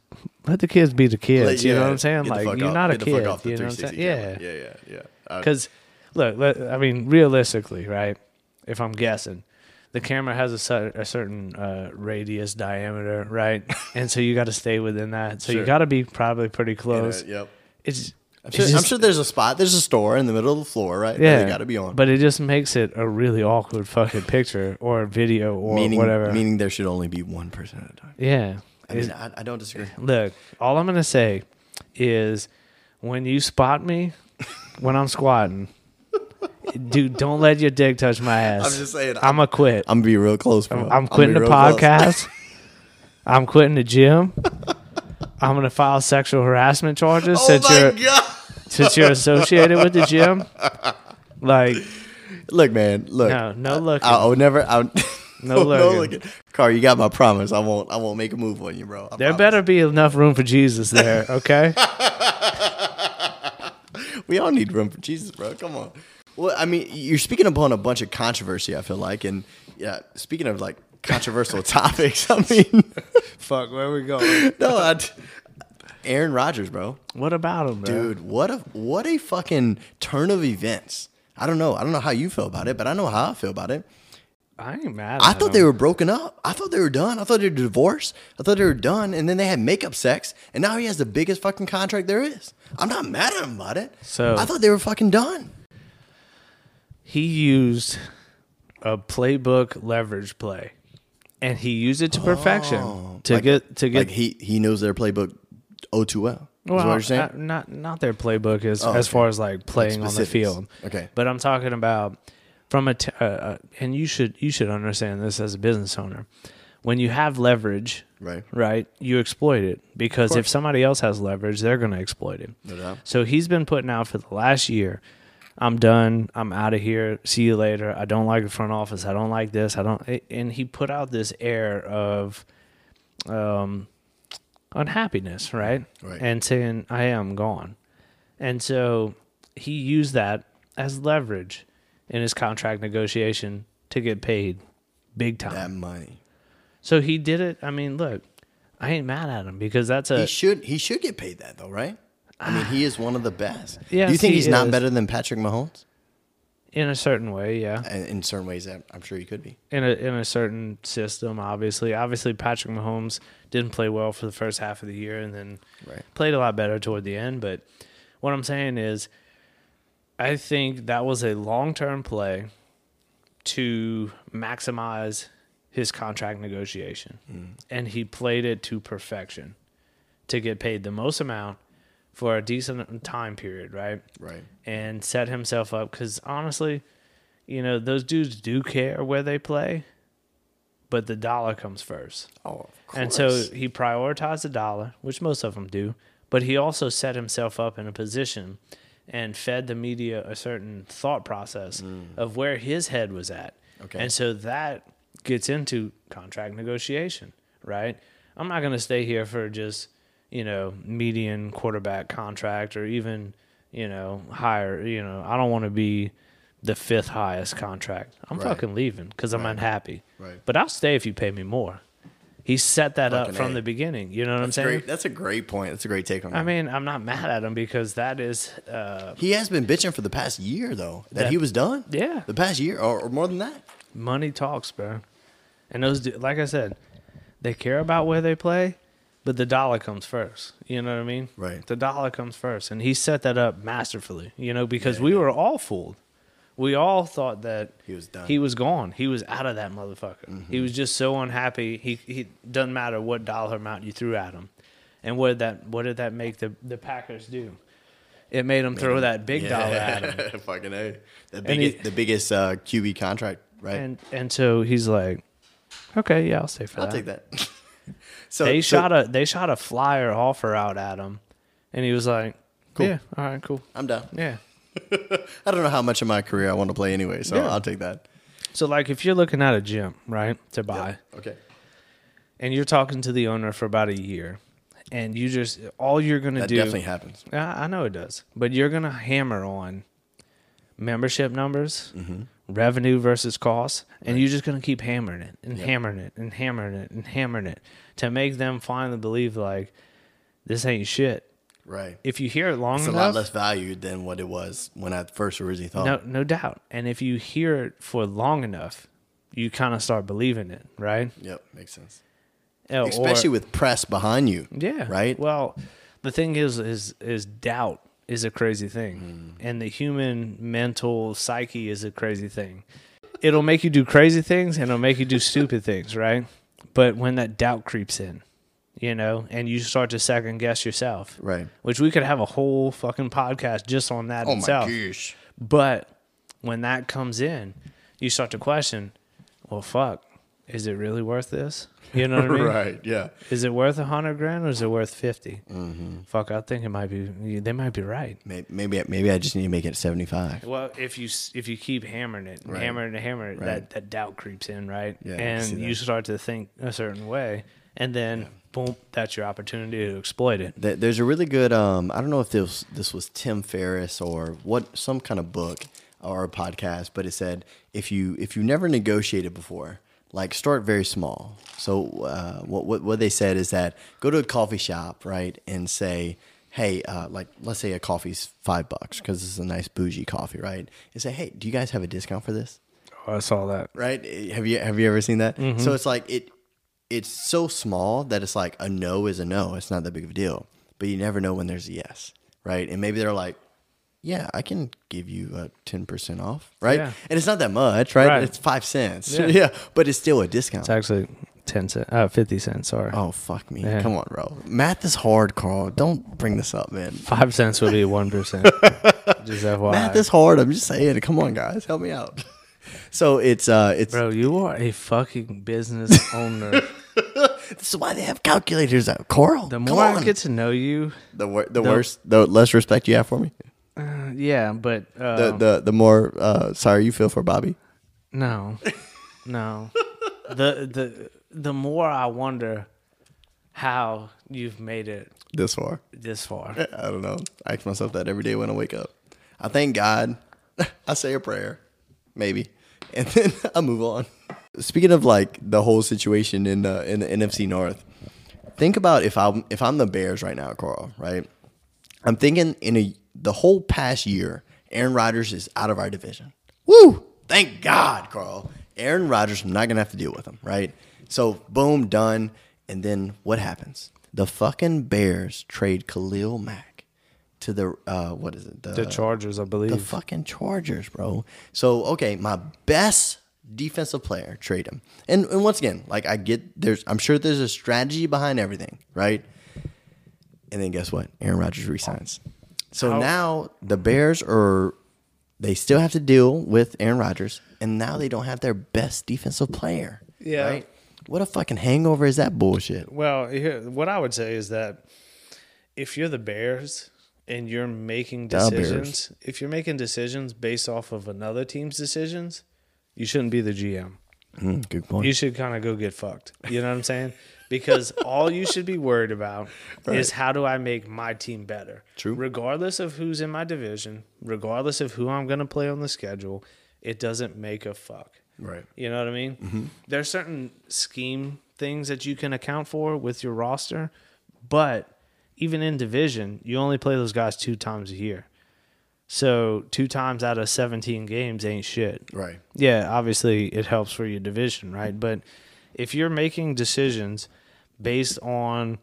[SPEAKER 1] let the kids be the kids.
[SPEAKER 2] like,
[SPEAKER 1] you
[SPEAKER 2] yeah,
[SPEAKER 1] know what I'm saying?
[SPEAKER 2] get the
[SPEAKER 1] Like,
[SPEAKER 2] fuck
[SPEAKER 1] you're
[SPEAKER 2] off-
[SPEAKER 1] not a
[SPEAKER 2] get the
[SPEAKER 1] kid.
[SPEAKER 2] fuck off the
[SPEAKER 1] you know what I'm saying?
[SPEAKER 2] 360
[SPEAKER 1] Yeah,
[SPEAKER 2] camera. yeah, yeah, yeah. I-
[SPEAKER 1] Because, look, let, I mean, realistically, right? If I'm guessing, the camera has a, cer- a certain uh, radius diameter,
[SPEAKER 2] <laughs>
[SPEAKER 1] right? and so you got to stay within that. So you
[SPEAKER 2] Sure.
[SPEAKER 1] got to be probably pretty
[SPEAKER 2] you know,
[SPEAKER 1] close.
[SPEAKER 2] Yep.
[SPEAKER 1] It's,
[SPEAKER 2] I'm
[SPEAKER 1] it's
[SPEAKER 2] sure, I'm
[SPEAKER 1] just-
[SPEAKER 2] sure there's a spot. There's a store in the middle of the floor, right? that
[SPEAKER 1] yeah,
[SPEAKER 2] they got to be on.
[SPEAKER 1] But it just makes it a really awkward fucking picture or video or
[SPEAKER 2] meaning,
[SPEAKER 1] whatever.
[SPEAKER 2] meaning there should only be one person at a time.
[SPEAKER 1] yeah.
[SPEAKER 2] I mean, I, I don't disagree.
[SPEAKER 1] Look, all I'm gonna say is when you spot me when I'm squatting, <laughs> dude, don't let your dick touch my ass.
[SPEAKER 2] I'm just saying,
[SPEAKER 1] I'm gonna quit. I'm,
[SPEAKER 2] I'm gonna be real close. Bro. I'll be
[SPEAKER 1] quitting the
[SPEAKER 2] real close. <laughs>
[SPEAKER 1] podcast. I'm quitting the gym. I'm gonna file sexual harassment charges
[SPEAKER 2] <laughs> Oh
[SPEAKER 1] since
[SPEAKER 2] my
[SPEAKER 1] you're
[SPEAKER 2] god!
[SPEAKER 1] since you're associated with the
[SPEAKER 2] <laughs>
[SPEAKER 1] gym. Like,
[SPEAKER 2] Look, man. Look.
[SPEAKER 1] no, no looking.
[SPEAKER 2] I, I would never. I would, <laughs>
[SPEAKER 1] No lurking.
[SPEAKER 2] Car, you got my promise. I won't. I won't make a move on you, bro. I
[SPEAKER 1] there
[SPEAKER 2] promise.
[SPEAKER 1] better be enough room for Jesus there,
[SPEAKER 2] <laughs>
[SPEAKER 1] okay?
[SPEAKER 2] We all need room for Jesus, bro. Come on. Well, I mean, you're speaking upon a bunch of controversy. I feel like, and yeah, speaking of like controversial <laughs> topics, I mean,
[SPEAKER 1] Fuck, where we going?
[SPEAKER 2] <laughs> no, I, Aaron Rodgers, bro,
[SPEAKER 1] What about him, bro?
[SPEAKER 2] dude, what a what a fucking turn of events. I don't know. I don't know how you feel about it, but I know how I feel about it.
[SPEAKER 1] I ain't mad.
[SPEAKER 2] I
[SPEAKER 1] at
[SPEAKER 2] thought
[SPEAKER 1] him.
[SPEAKER 2] they were broken up. I thought they were done. I thought they were divorced. I thought they were done, and then they had makeup sex, and now he has the biggest fucking contract there is. I'm not mad at him about it.
[SPEAKER 1] So-
[SPEAKER 2] I thought they were fucking done.
[SPEAKER 1] he used a playbook leverage play, and he used it to perfection to get to get.
[SPEAKER 2] Oh, like he he knows their playbook oh too well. Well,
[SPEAKER 1] well,
[SPEAKER 2] what you're saying? Oh,
[SPEAKER 1] not- not not their playbook as as
[SPEAKER 2] okay.
[SPEAKER 1] far as like playing on the
[SPEAKER 2] specifics.
[SPEAKER 1] field.
[SPEAKER 2] Okay.
[SPEAKER 1] but I'm talking about from a t- uh, uh, and you should you should understand this as a business owner. When you have leverage,
[SPEAKER 2] Right.
[SPEAKER 1] right, you exploit it because if somebody else has leverage, they're going to exploit it.
[SPEAKER 2] doubt.
[SPEAKER 1] So he's been putting out for the last year. I'm done. I'm out of here. See you later. I don't like the front office. I don't like this. I don't. And he put out this air of um, unhappiness, right?
[SPEAKER 2] Right.
[SPEAKER 1] And saying, I am gone. And so he used that as leverage in his contract negotiation to get paid big time.
[SPEAKER 2] that money.
[SPEAKER 1] So he did it. I mean, look, I ain't mad at him because that's a.
[SPEAKER 2] He should he should get paid that though, right? I mean, he is one of the best.
[SPEAKER 1] <sighs> Yes,
[SPEAKER 2] Do you think
[SPEAKER 1] he
[SPEAKER 2] he's not
[SPEAKER 1] is.
[SPEAKER 2] better than Patrick Mahomes?
[SPEAKER 1] in a certain way, yeah.
[SPEAKER 2] In, in certain ways, I'm I'm sure he could be.
[SPEAKER 1] In a in a certain system, obviously. Obviously, Patrick Mahomes didn't play well for the first half of the year, and then
[SPEAKER 2] Right.
[SPEAKER 1] played a lot better toward the end. But what I'm saying is, I think that was a long term play to maximize his contract negotiation, and he played it to perfection to get paid the most amount for a decent time period, right?
[SPEAKER 2] Right.
[SPEAKER 1] and set himself up because honestly, you know, those dudes do care where they play, but the dollar comes first.
[SPEAKER 2] Oh, of course.
[SPEAKER 1] And so he prioritized the dollar, which most of them do, but he also set himself up in a position and fed the media a certain thought process of where his head was at.
[SPEAKER 2] Mm. Okay.
[SPEAKER 1] And so that gets into contract negotiation, right? I'm not going to stay here for just, you know, median quarterback contract or even, you know, higher, you know, I don't want to be the fifth highest contract. I'm
[SPEAKER 2] Right.
[SPEAKER 1] fucking leaving because I'm unhappy.
[SPEAKER 2] Right.
[SPEAKER 1] But I'll stay if you pay me more. He set that up
[SPEAKER 2] Fucking
[SPEAKER 1] from
[SPEAKER 2] A.
[SPEAKER 1] the beginning. You know what
[SPEAKER 2] That's
[SPEAKER 1] I'm saying?
[SPEAKER 2] great. That's a great point. That's a great take on that.
[SPEAKER 1] I mean, I'm not mad at him because that is, uh,
[SPEAKER 2] he has been bitching for the past year though that,
[SPEAKER 1] That-
[SPEAKER 2] he was done.
[SPEAKER 1] yeah,
[SPEAKER 2] The past year or, or more than that.
[SPEAKER 1] money talks, bro. And those, du- like I said, they care about where they play, but the dollar comes first. You know what I mean?
[SPEAKER 2] Right.
[SPEAKER 1] The dollar comes first, and he set that up masterfully. You know, because we were all fooled. We all thought that
[SPEAKER 2] He was done. Mm-hmm.
[SPEAKER 1] He was gone. He was out of that motherfucker. He was just so unhappy. He he doesn't matter what dollar amount you threw at him, and what did that what did that make the the Packers do? It made them throw that big
[SPEAKER 2] <laughs>
[SPEAKER 1] dollar at him.
[SPEAKER 2] Fucking A. The
[SPEAKER 1] he-
[SPEAKER 2] biggest the biggest uh, QB contract, right?
[SPEAKER 1] And and so he's like, okay, yeah, I'll stay for
[SPEAKER 2] I'll
[SPEAKER 1] that.
[SPEAKER 2] take that. <laughs> so
[SPEAKER 1] They
[SPEAKER 2] so-
[SPEAKER 1] shot a they shot a flyer offer out at him, and he was like,
[SPEAKER 2] Cool.
[SPEAKER 1] yeah, all right, cool,
[SPEAKER 2] I'm done.
[SPEAKER 1] yeah.
[SPEAKER 2] I don't know how much of my career I want to play anyway, so
[SPEAKER 1] Yeah.
[SPEAKER 2] I'll take that.
[SPEAKER 1] So like, if you're looking at a gym, right, to buy,
[SPEAKER 2] Okay.
[SPEAKER 1] and you're talking to the owner for about a year, and you just all you're gonna
[SPEAKER 2] That
[SPEAKER 1] do.
[SPEAKER 2] definitely happens.
[SPEAKER 1] I, I know it does, but you're gonna hammer on membership numbers,
[SPEAKER 2] Mm-hmm.
[SPEAKER 1] revenue versus cost, and you're just gonna keep hammering it and hammering it and hammering it and hammering it to make them finally believe like this ain't shit.
[SPEAKER 2] Right.
[SPEAKER 1] If you hear it long
[SPEAKER 2] It's a
[SPEAKER 1] enough,
[SPEAKER 2] lot less value than what it was when I first originally thought.
[SPEAKER 1] no, no doubt. And if you hear it for long enough, you kind of start believing it, right?
[SPEAKER 2] Yep, makes sense.
[SPEAKER 1] Uh, or-
[SPEAKER 2] Especially with press behind you.
[SPEAKER 1] yeah,
[SPEAKER 2] Right?
[SPEAKER 1] Well, the thing is, is is doubt is a crazy thing,
[SPEAKER 2] Hmm.
[SPEAKER 1] and the human mental psyche is a crazy thing. It'll make you do crazy things, and it'll make
[SPEAKER 2] <laughs>
[SPEAKER 1] you do stupid things, right? But when that doubt creeps in, you know, and you start to second guess yourself,
[SPEAKER 2] Right.
[SPEAKER 1] Which we could have a whole fucking podcast just on that
[SPEAKER 2] oh my
[SPEAKER 1] itself.
[SPEAKER 2] gosh.
[SPEAKER 1] But when that comes in, you start to question, well, fuck, is it really worth this? You know what I
[SPEAKER 2] <laughs>
[SPEAKER 1] mean?
[SPEAKER 2] Right, yeah.
[SPEAKER 1] Is it worth a hundred grand or is it worth 50
[SPEAKER 2] Mm-hmm.
[SPEAKER 1] Fuck, I think it might be. They might be right.
[SPEAKER 2] Maybe, maybe maybe I just need to make it 75.
[SPEAKER 1] Well, if you s- if you keep hammering it, and hammering it, hammering it, that,
[SPEAKER 2] Right.
[SPEAKER 1] that doubt creeps in, right?
[SPEAKER 2] Yeah, I can see
[SPEAKER 1] and
[SPEAKER 2] that.
[SPEAKER 1] you start to think a certain way, and then boom, that's your opportunity to exploit it.
[SPEAKER 2] Th- There's a really good. Um, I don't know if this this was Tim Ferriss or what some kind of book or a podcast, but it said if you if you never negotiated before, like start very small. So uh, what what what they said is that go to a coffee shop, right, and say. Hey, uh, like let's say a coffee's five bucks because it's a nice bougie coffee, right? And say, hey, do you guys have a discount for this?
[SPEAKER 1] Oh, I saw that.
[SPEAKER 2] right? Have you have you ever seen that?
[SPEAKER 1] Mm-hmm.
[SPEAKER 2] So it's like it it's so small that it's like a no is a no. It's not that big of a deal. But you never know when there's a yes, right? And maybe they're like, yeah, I can give you a ten percent off, right?
[SPEAKER 1] Yeah.
[SPEAKER 2] And it's not that much, right?
[SPEAKER 1] Right.
[SPEAKER 2] It's five cents,
[SPEAKER 1] Yeah.
[SPEAKER 2] <laughs> yeah. but it's still a discount.
[SPEAKER 1] It's actually ten cent, uh, fifty cents. Sorry,
[SPEAKER 2] Oh fuck me!
[SPEAKER 1] Yeah.
[SPEAKER 2] Come on, bro. Math is hard, Carl. Don't bring this up, man.
[SPEAKER 1] five cents would be one
[SPEAKER 2] <laughs>
[SPEAKER 1] percent. Just FYI.
[SPEAKER 2] Math is hard. I'm just saying. Come on, guys, help me out. <laughs> so it's uh, it's
[SPEAKER 1] Bro, you are a fucking <laughs> business owner.
[SPEAKER 2] this is why they have calculators out, Carl.
[SPEAKER 1] The
[SPEAKER 2] come
[SPEAKER 1] more I
[SPEAKER 2] on.
[SPEAKER 1] get to know you,
[SPEAKER 2] The, wor- the worse, the less respect you have for me.
[SPEAKER 1] yeah, but uh,
[SPEAKER 2] The the, the more uh, sorry you feel for Bobby.
[SPEAKER 1] no, <laughs> no. the the the more I wonder how you've made it
[SPEAKER 2] This far,
[SPEAKER 1] this far.
[SPEAKER 2] I don't know. I ask myself that every day when I wake up. I thank God. <laughs> I say a prayer, maybe, and <laughs> then I move on. Speaking of like the whole situation in the in the NFC North, think about if I'm if I'm the Bears right now, Carl. Right, I'm thinking in a the whole past year, Aaron Rodgers is out of our division. Woo! Thank God, Carl. Aaron Rodgers, I'm not gonna have to deal with him, right? So boom, done. And then what happens? The fucking Bears trade Khalil Mack to the uh, what is it? The,
[SPEAKER 1] The Chargers, I
[SPEAKER 2] the
[SPEAKER 1] believe.
[SPEAKER 2] fucking Chargers, bro. So okay, my best defensive player, trade him. And and once again, like I get there's I'm sure there's a strategy behind everything, right? And then guess what? Aaron Rodgers resigns. So now the Bears are they still have to deal with Aaron Rodgers, and now they don't have their best defensive player.
[SPEAKER 1] Yeah.
[SPEAKER 2] Right? What a fucking hangover is that bullshit?
[SPEAKER 1] well, here, what I would say is that if you're the Bears and you're making
[SPEAKER 2] The Bears.
[SPEAKER 1] decisions, if you're making decisions based off of another team's decisions, you shouldn't be the GM.
[SPEAKER 2] Mm, good point.
[SPEAKER 1] you should kind of go get fucked. You know what I'm saying? Because all you should be worried
[SPEAKER 2] <laughs>
[SPEAKER 1] about is how do I make my team better?
[SPEAKER 2] True.
[SPEAKER 1] Regardless of who's in my division, regardless of who I'm going to play on the schedule, it doesn't make a fuck.
[SPEAKER 2] Right. Mm-hmm.
[SPEAKER 1] You know what I mean? There's certain scheme things that you can account for with your roster, but even in division, you only play those guys two times a year. So, two times out of 17 games ain't shit.
[SPEAKER 2] Right.
[SPEAKER 1] Yeah, obviously it helps for your division, right? But if you're making decisions based on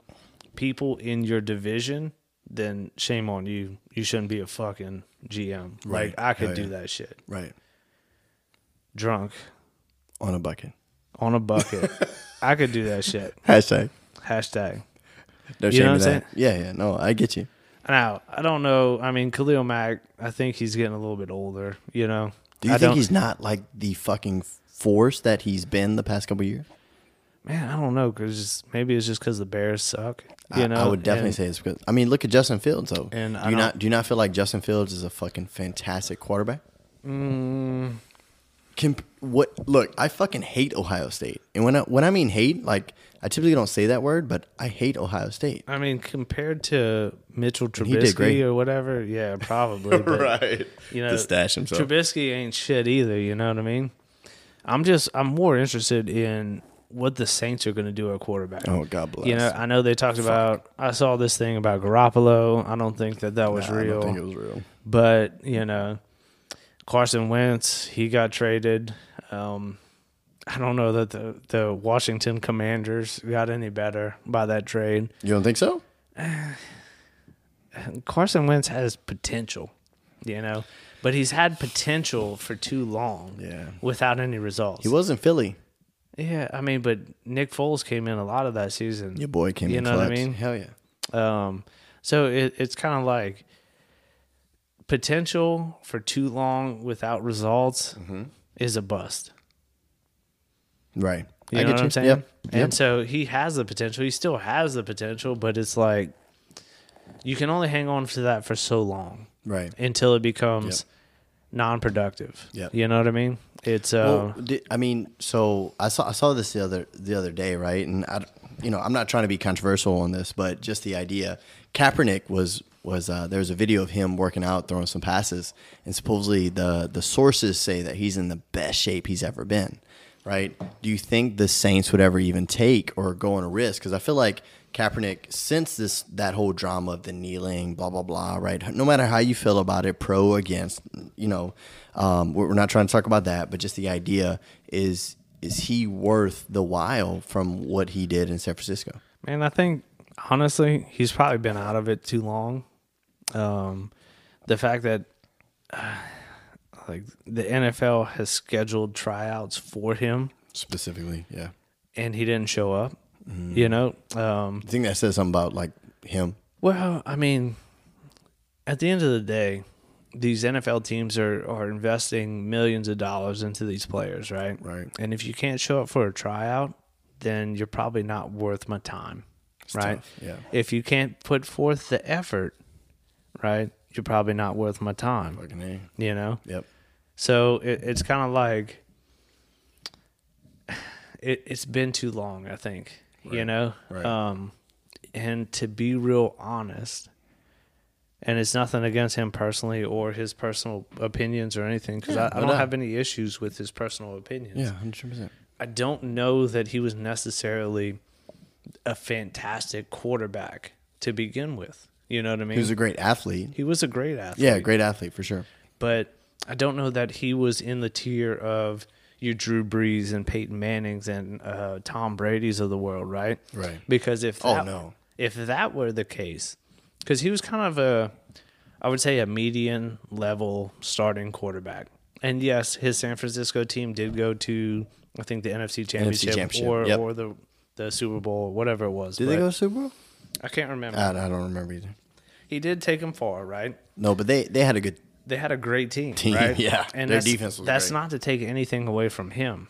[SPEAKER 1] people in your division, then shame on you. You shouldn't be a fucking GM.
[SPEAKER 2] Right.
[SPEAKER 1] Like I could
[SPEAKER 2] Hell
[SPEAKER 1] do
[SPEAKER 2] yeah.
[SPEAKER 1] that shit
[SPEAKER 2] Right.
[SPEAKER 1] drunk
[SPEAKER 2] On a bucket.
[SPEAKER 1] on a bucket. I could do that shit.
[SPEAKER 2] Hashtag.
[SPEAKER 1] Hashtag.
[SPEAKER 2] No
[SPEAKER 1] You
[SPEAKER 2] shame
[SPEAKER 1] know
[SPEAKER 2] in
[SPEAKER 1] what I'm
[SPEAKER 2] that. Yeah, yeah. No, I get you.
[SPEAKER 1] Now I don't know. I mean, Khalil Mack. I think he's getting a little bit older. You know.
[SPEAKER 2] Do you
[SPEAKER 1] I
[SPEAKER 2] think
[SPEAKER 1] don't-
[SPEAKER 2] he's not like the fucking force that he's been the past couple years?
[SPEAKER 1] man? I don't know because maybe it's just because the Bears suck. You
[SPEAKER 2] I-
[SPEAKER 1] know.
[SPEAKER 2] I, would definitely
[SPEAKER 1] and-
[SPEAKER 2] say it's because I mean, look at Justin Fields though.
[SPEAKER 1] And I
[SPEAKER 2] do you
[SPEAKER 1] don't- Mm.
[SPEAKER 2] not do you not feel like Justin Fields is a fucking fantastic quarterback? Comp- what? Look, I fucking hate Ohio State, and when I when I mean hate, like I typically don't say that word, but I hate Ohio
[SPEAKER 1] <laughs>
[SPEAKER 2] State.
[SPEAKER 1] I mean, compared to Mitchell
[SPEAKER 2] he did
[SPEAKER 1] Trubisky
[SPEAKER 2] great.
[SPEAKER 1] or whatever, yeah,
[SPEAKER 2] <laughs>
[SPEAKER 1] probably. But, You know,
[SPEAKER 2] the stash himself.
[SPEAKER 1] Trubisky ain't shit either. You know what I mean? I'm just, I'm more interested in what the Saints are going to do at quarterback.
[SPEAKER 2] Oh, God bless.
[SPEAKER 1] You know, I know they talked about. I saw this thing about Garoppolo. I don't think that that was
[SPEAKER 2] Nah, I
[SPEAKER 1] real.
[SPEAKER 2] don't think it was real.
[SPEAKER 1] But you know, Carson Wentz he got traded. Um, I don't know that the the Washington Commanders got any better by that trade.
[SPEAKER 2] You don't think so?
[SPEAKER 1] Carson Wentz has potential, you know, but he's had potential for too long,
[SPEAKER 2] Yeah.
[SPEAKER 1] without any results.
[SPEAKER 2] He was in Philly.
[SPEAKER 1] yeah, I mean, but Nick Foles came in a lot of that season.
[SPEAKER 2] Your boy came.
[SPEAKER 1] You
[SPEAKER 2] in
[SPEAKER 1] know what I
[SPEAKER 2] clutch.
[SPEAKER 1] mean?
[SPEAKER 2] Hell yeah.
[SPEAKER 1] Um, so it, it's kind of like potential for too long without results
[SPEAKER 2] Mm-hmm.
[SPEAKER 1] is a bust.
[SPEAKER 2] Right.
[SPEAKER 1] You
[SPEAKER 2] I
[SPEAKER 1] know
[SPEAKER 2] get
[SPEAKER 1] what
[SPEAKER 2] you.
[SPEAKER 1] I'm saying?
[SPEAKER 2] Yep.
[SPEAKER 1] And
[SPEAKER 2] Yep.
[SPEAKER 1] so he has the potential. He still has the potential, but it's like you can only hang on to that for so long
[SPEAKER 2] Right.
[SPEAKER 1] until it becomes non-productive.
[SPEAKER 2] Yep.
[SPEAKER 1] You know what I mean? It's uh,
[SPEAKER 2] Well, di- I mean, so I saw I saw this the other the other day, right? And I, you know, I'm not trying to be controversial on this, but just the idea. Kaepernick was was uh, there was a video of him working out, throwing some passes, and supposedly the the sources say that he's in the best shape he's ever been, right? Do you think the Saints would ever even take or go on a risk? Because I feel like Kaepernick, since this that whole drama of the kneeling, blah blah blah, right? No matter how you feel about it, pro against, you know, um, we're, we're not trying to talk about that, but just the idea is is he worth the while from what he did in San Francisco?
[SPEAKER 1] man, I think honestly he's probably been out of it too long. Um, the fact that <sighs> uh, like the NFL has scheduled tryouts for him
[SPEAKER 2] Specifically, yeah.
[SPEAKER 1] and he didn't show up.
[SPEAKER 2] Mm-hmm.
[SPEAKER 1] You know, um,
[SPEAKER 2] I think that says something about like him.
[SPEAKER 1] Well, I mean, at the end of the day, these NFL teams are, are investing millions of dollars into these players, right?
[SPEAKER 2] Right.
[SPEAKER 1] And if you can't show up for a tryout, then you're probably not worth my time, right?
[SPEAKER 2] tough, yeah.
[SPEAKER 1] If you can't put forth the effort, right, you're probably not worth my time,
[SPEAKER 2] Fucking A.
[SPEAKER 1] you know?
[SPEAKER 2] Yep.
[SPEAKER 1] So it, it's kind of like <sighs> it, it's been too long, I think, you know?
[SPEAKER 2] right.
[SPEAKER 1] Um, and to be real honest, and it's nothing against him personally or his personal opinions or anything because I, I
[SPEAKER 2] no
[SPEAKER 1] don't
[SPEAKER 2] doubt.
[SPEAKER 1] have any issues with his personal opinions.
[SPEAKER 2] Yeah, hundred percent.
[SPEAKER 1] I don't know that he was necessarily a fantastic quarterback to begin with. You know what I mean?
[SPEAKER 2] He was a great athlete.
[SPEAKER 1] he was a great athlete
[SPEAKER 2] Yeah, great athlete for sure.
[SPEAKER 1] but I don't know that he was in the tier of your Drew Brees and Peyton Manning's and uh, Tom Brady's of the world, right?
[SPEAKER 2] Right.
[SPEAKER 1] Because if
[SPEAKER 2] Oh,
[SPEAKER 1] that-
[SPEAKER 2] no.
[SPEAKER 1] if that were the case, because he was kind of a, I would say a median level starting quarterback. And yes, his San Francisco team did go to I think the NFC Championship,
[SPEAKER 2] Championship,
[SPEAKER 1] or
[SPEAKER 2] yep.
[SPEAKER 1] or the the Super Bowl, whatever it was.
[SPEAKER 2] Did they
[SPEAKER 1] but
[SPEAKER 2] go Uh. to Super Bowl?
[SPEAKER 1] I can't remember.
[SPEAKER 2] I, I don't remember either.
[SPEAKER 1] he did take him far, right?
[SPEAKER 2] No, but they they had a good
[SPEAKER 1] they had a great team,
[SPEAKER 2] Team,
[SPEAKER 1] right?
[SPEAKER 2] <laughs> yeah.
[SPEAKER 1] and
[SPEAKER 2] Their
[SPEAKER 1] that's,
[SPEAKER 2] defense was
[SPEAKER 1] That's
[SPEAKER 2] great.
[SPEAKER 1] not to take anything away from him,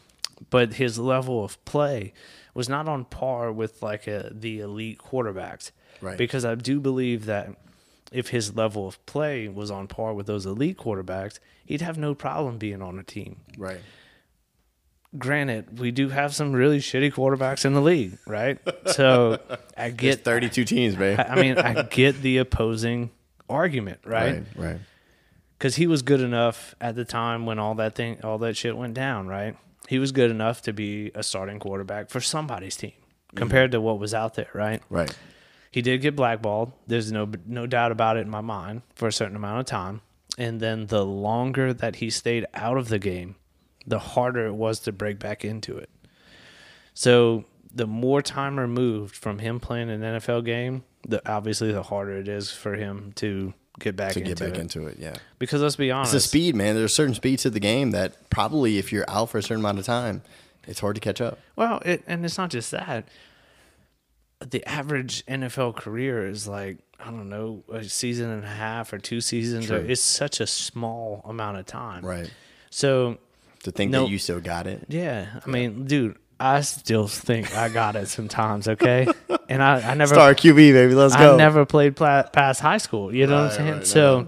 [SPEAKER 1] but his level of play was not on par with like a, the elite quarterbacks,
[SPEAKER 2] Right.
[SPEAKER 1] Because I do believe that if his level of play was on par with those elite quarterbacks, he'd have no problem being on a team.
[SPEAKER 2] right.
[SPEAKER 1] Granted, we do have some really shitty quarterbacks in the league,
[SPEAKER 2] <laughs>
[SPEAKER 1] right? So I get, I
[SPEAKER 2] 32 teams, babe.
[SPEAKER 1] I mean, I get the opposing argument, right?
[SPEAKER 2] right, right.
[SPEAKER 1] because he was good enough at the time when all that thing, all that shit went down, right? He was good enough to be a starting quarterback for somebody's team compared to what was out there, right?
[SPEAKER 2] Mm-hmm. Right.
[SPEAKER 1] He did get blackballed. There's no no doubt about it in my mind for a certain amount of time. And then the longer that he stayed out of the game, the harder it was to break back into it. So the more time removed from him playing an NFL game, the obviously the harder it is for him to get back
[SPEAKER 2] To
[SPEAKER 1] into
[SPEAKER 2] get back
[SPEAKER 1] it.
[SPEAKER 2] into it, yeah.
[SPEAKER 1] because let's be honest,
[SPEAKER 2] It's a speed, man. There's certain speed to the game that probably if you're out for a certain amount of time, it's hard to catch up.
[SPEAKER 1] Well, it, and it's not just that. The average NFL career is like I don't know a season and a half or two seasons. Or it's such a small amount of time,
[SPEAKER 2] Right.
[SPEAKER 1] So,
[SPEAKER 2] To think
[SPEAKER 1] No.
[SPEAKER 2] that you still got it.
[SPEAKER 1] yeah, I mean, dude, I still think I got it sometimes. Okay, and I, I never
[SPEAKER 2] Star QB, baby. Let's
[SPEAKER 1] I
[SPEAKER 2] go.
[SPEAKER 1] never played pla- past high school. You know what I'm
[SPEAKER 2] Right,
[SPEAKER 1] saying?
[SPEAKER 2] right,
[SPEAKER 1] so,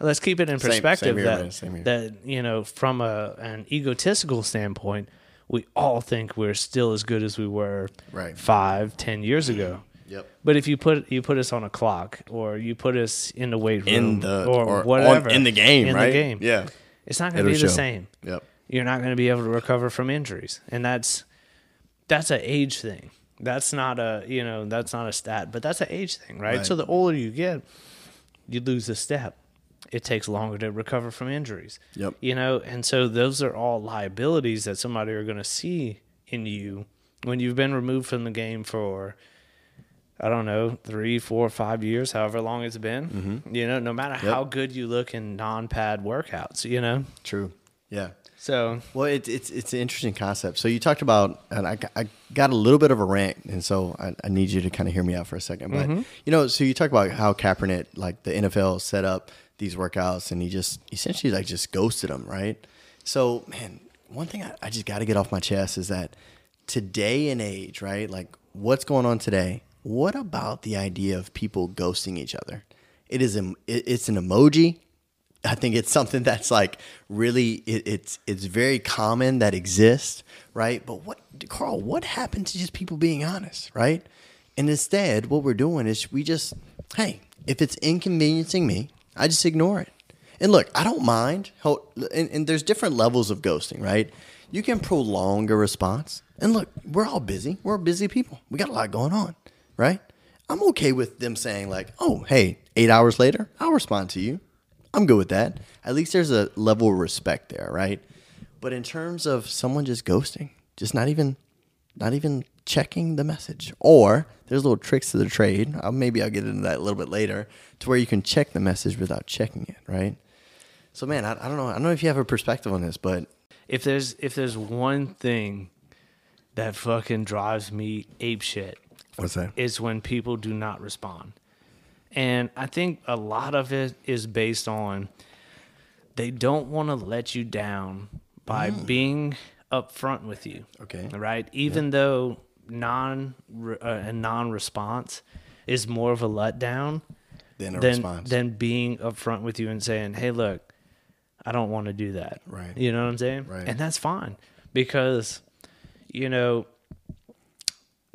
[SPEAKER 1] let's keep it in
[SPEAKER 2] Same- same
[SPEAKER 1] perspective
[SPEAKER 2] here,
[SPEAKER 1] that,
[SPEAKER 2] man, same here.
[SPEAKER 1] that you know from a an egotistical standpoint we all think we're still as good as we were
[SPEAKER 2] Right.
[SPEAKER 1] five ten years ago
[SPEAKER 2] Yep.
[SPEAKER 1] but if you put you put us on a clock or you put us in the weight room
[SPEAKER 2] In the
[SPEAKER 1] or,
[SPEAKER 2] or on-
[SPEAKER 1] whatever
[SPEAKER 2] in the game,
[SPEAKER 1] in
[SPEAKER 2] right?
[SPEAKER 1] the game
[SPEAKER 2] Yeah.
[SPEAKER 1] it's not going
[SPEAKER 2] It'll
[SPEAKER 1] to be the
[SPEAKER 2] show.
[SPEAKER 1] same
[SPEAKER 2] Yep.
[SPEAKER 1] you're not going to be able to recover from injuries and that's that's an age thing that's not a you know that's not a stat but that's an age thing right,
[SPEAKER 2] Right.
[SPEAKER 1] so the older you get you lose a step it takes longer to recover from injuries
[SPEAKER 2] Yep.
[SPEAKER 1] you know and so those are all liabilities that somebody are going to see in you when you've been removed from the game for I don't know, three, four, five years, however long it's been.
[SPEAKER 2] Mm-hmm.
[SPEAKER 1] You know, no matter how good you look in non pad workouts, you know?
[SPEAKER 2] True. Yeah.
[SPEAKER 1] So
[SPEAKER 2] Well, it, it's it's an interesting concept. So you talked about, and I, I got a little bit of a rant, and so I, I need you to kind of hear me out for a second. But you know, so you talk about how Kaepernick, like the NFL, set up these workouts, and he just essentially like just ghosted them, right? So man, one thing I, I just got to get off my chest is that today and age, right? Like what's going on today? What about the idea of people ghosting each other? It is em- it, it's an emoji. I think it's something that's like really it, it's it's very common that exists, right? But what Carl, what happened to just people being honest, right? And instead, what we're doing is we just, hey, if it's inconveniencing me, I just ignore it. And look, I don't mind. How, and, and there's different levels of ghosting, right? You can prolong a response. And look, we're all busy. We're busy people. We got a lot going on, right? I'm okay with them saying like, oh, hey, eight hours later, I'll respond to you. I'm good with that. At least there's a level of respect there, right? But in terms of someone just ghosting, just not even not even checking the message. Or there's little tricks to the trade. I'll, maybe I'll get into that a little bit later to where you can check the message without checking it, right? So man, I, I don't know. I don't know if you have a perspective on this, but
[SPEAKER 1] if there's if there's one thing that fucking drives me apeshit
[SPEAKER 2] what's that?
[SPEAKER 1] is when people do not respond. And I think a lot of it is based on they don't want to let you down by being upfront with you.
[SPEAKER 2] Okay.
[SPEAKER 1] Right? Even though non uh, a non-response is more of a letdown
[SPEAKER 2] Then a
[SPEAKER 1] than
[SPEAKER 2] response.
[SPEAKER 1] than being upfront with you and saying, "Hey, look, I don't want to do that."
[SPEAKER 2] Right.
[SPEAKER 1] You know what I'm saying?
[SPEAKER 2] Right.
[SPEAKER 1] And that's fine because you know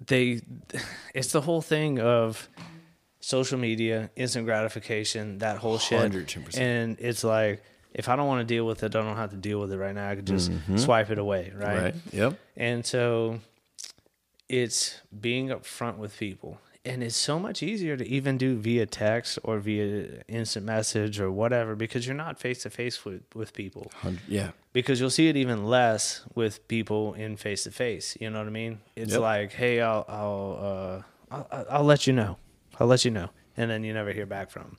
[SPEAKER 1] they <laughs> it's the whole thing of social media, instant gratification, that whole shit.
[SPEAKER 2] 110%.
[SPEAKER 1] And it's like if I don't want to deal with it, I don't have to deal with it right now. I could just swipe it away, right?
[SPEAKER 2] Mm-hmm. Right. Yep.
[SPEAKER 1] And so it's being upfront with people. And it's so much easier to even do via text or via instant message or whatever because you're not face to face with with people.
[SPEAKER 2] Hundred- Yeah.
[SPEAKER 1] Because you'll see it even less with people in face to face. You know what I mean? It's
[SPEAKER 2] Yep.
[SPEAKER 1] like, hey, I'll I'll, uh, I'll I'll- I'll let you know. I'll let you know, and then you never hear back from 'em.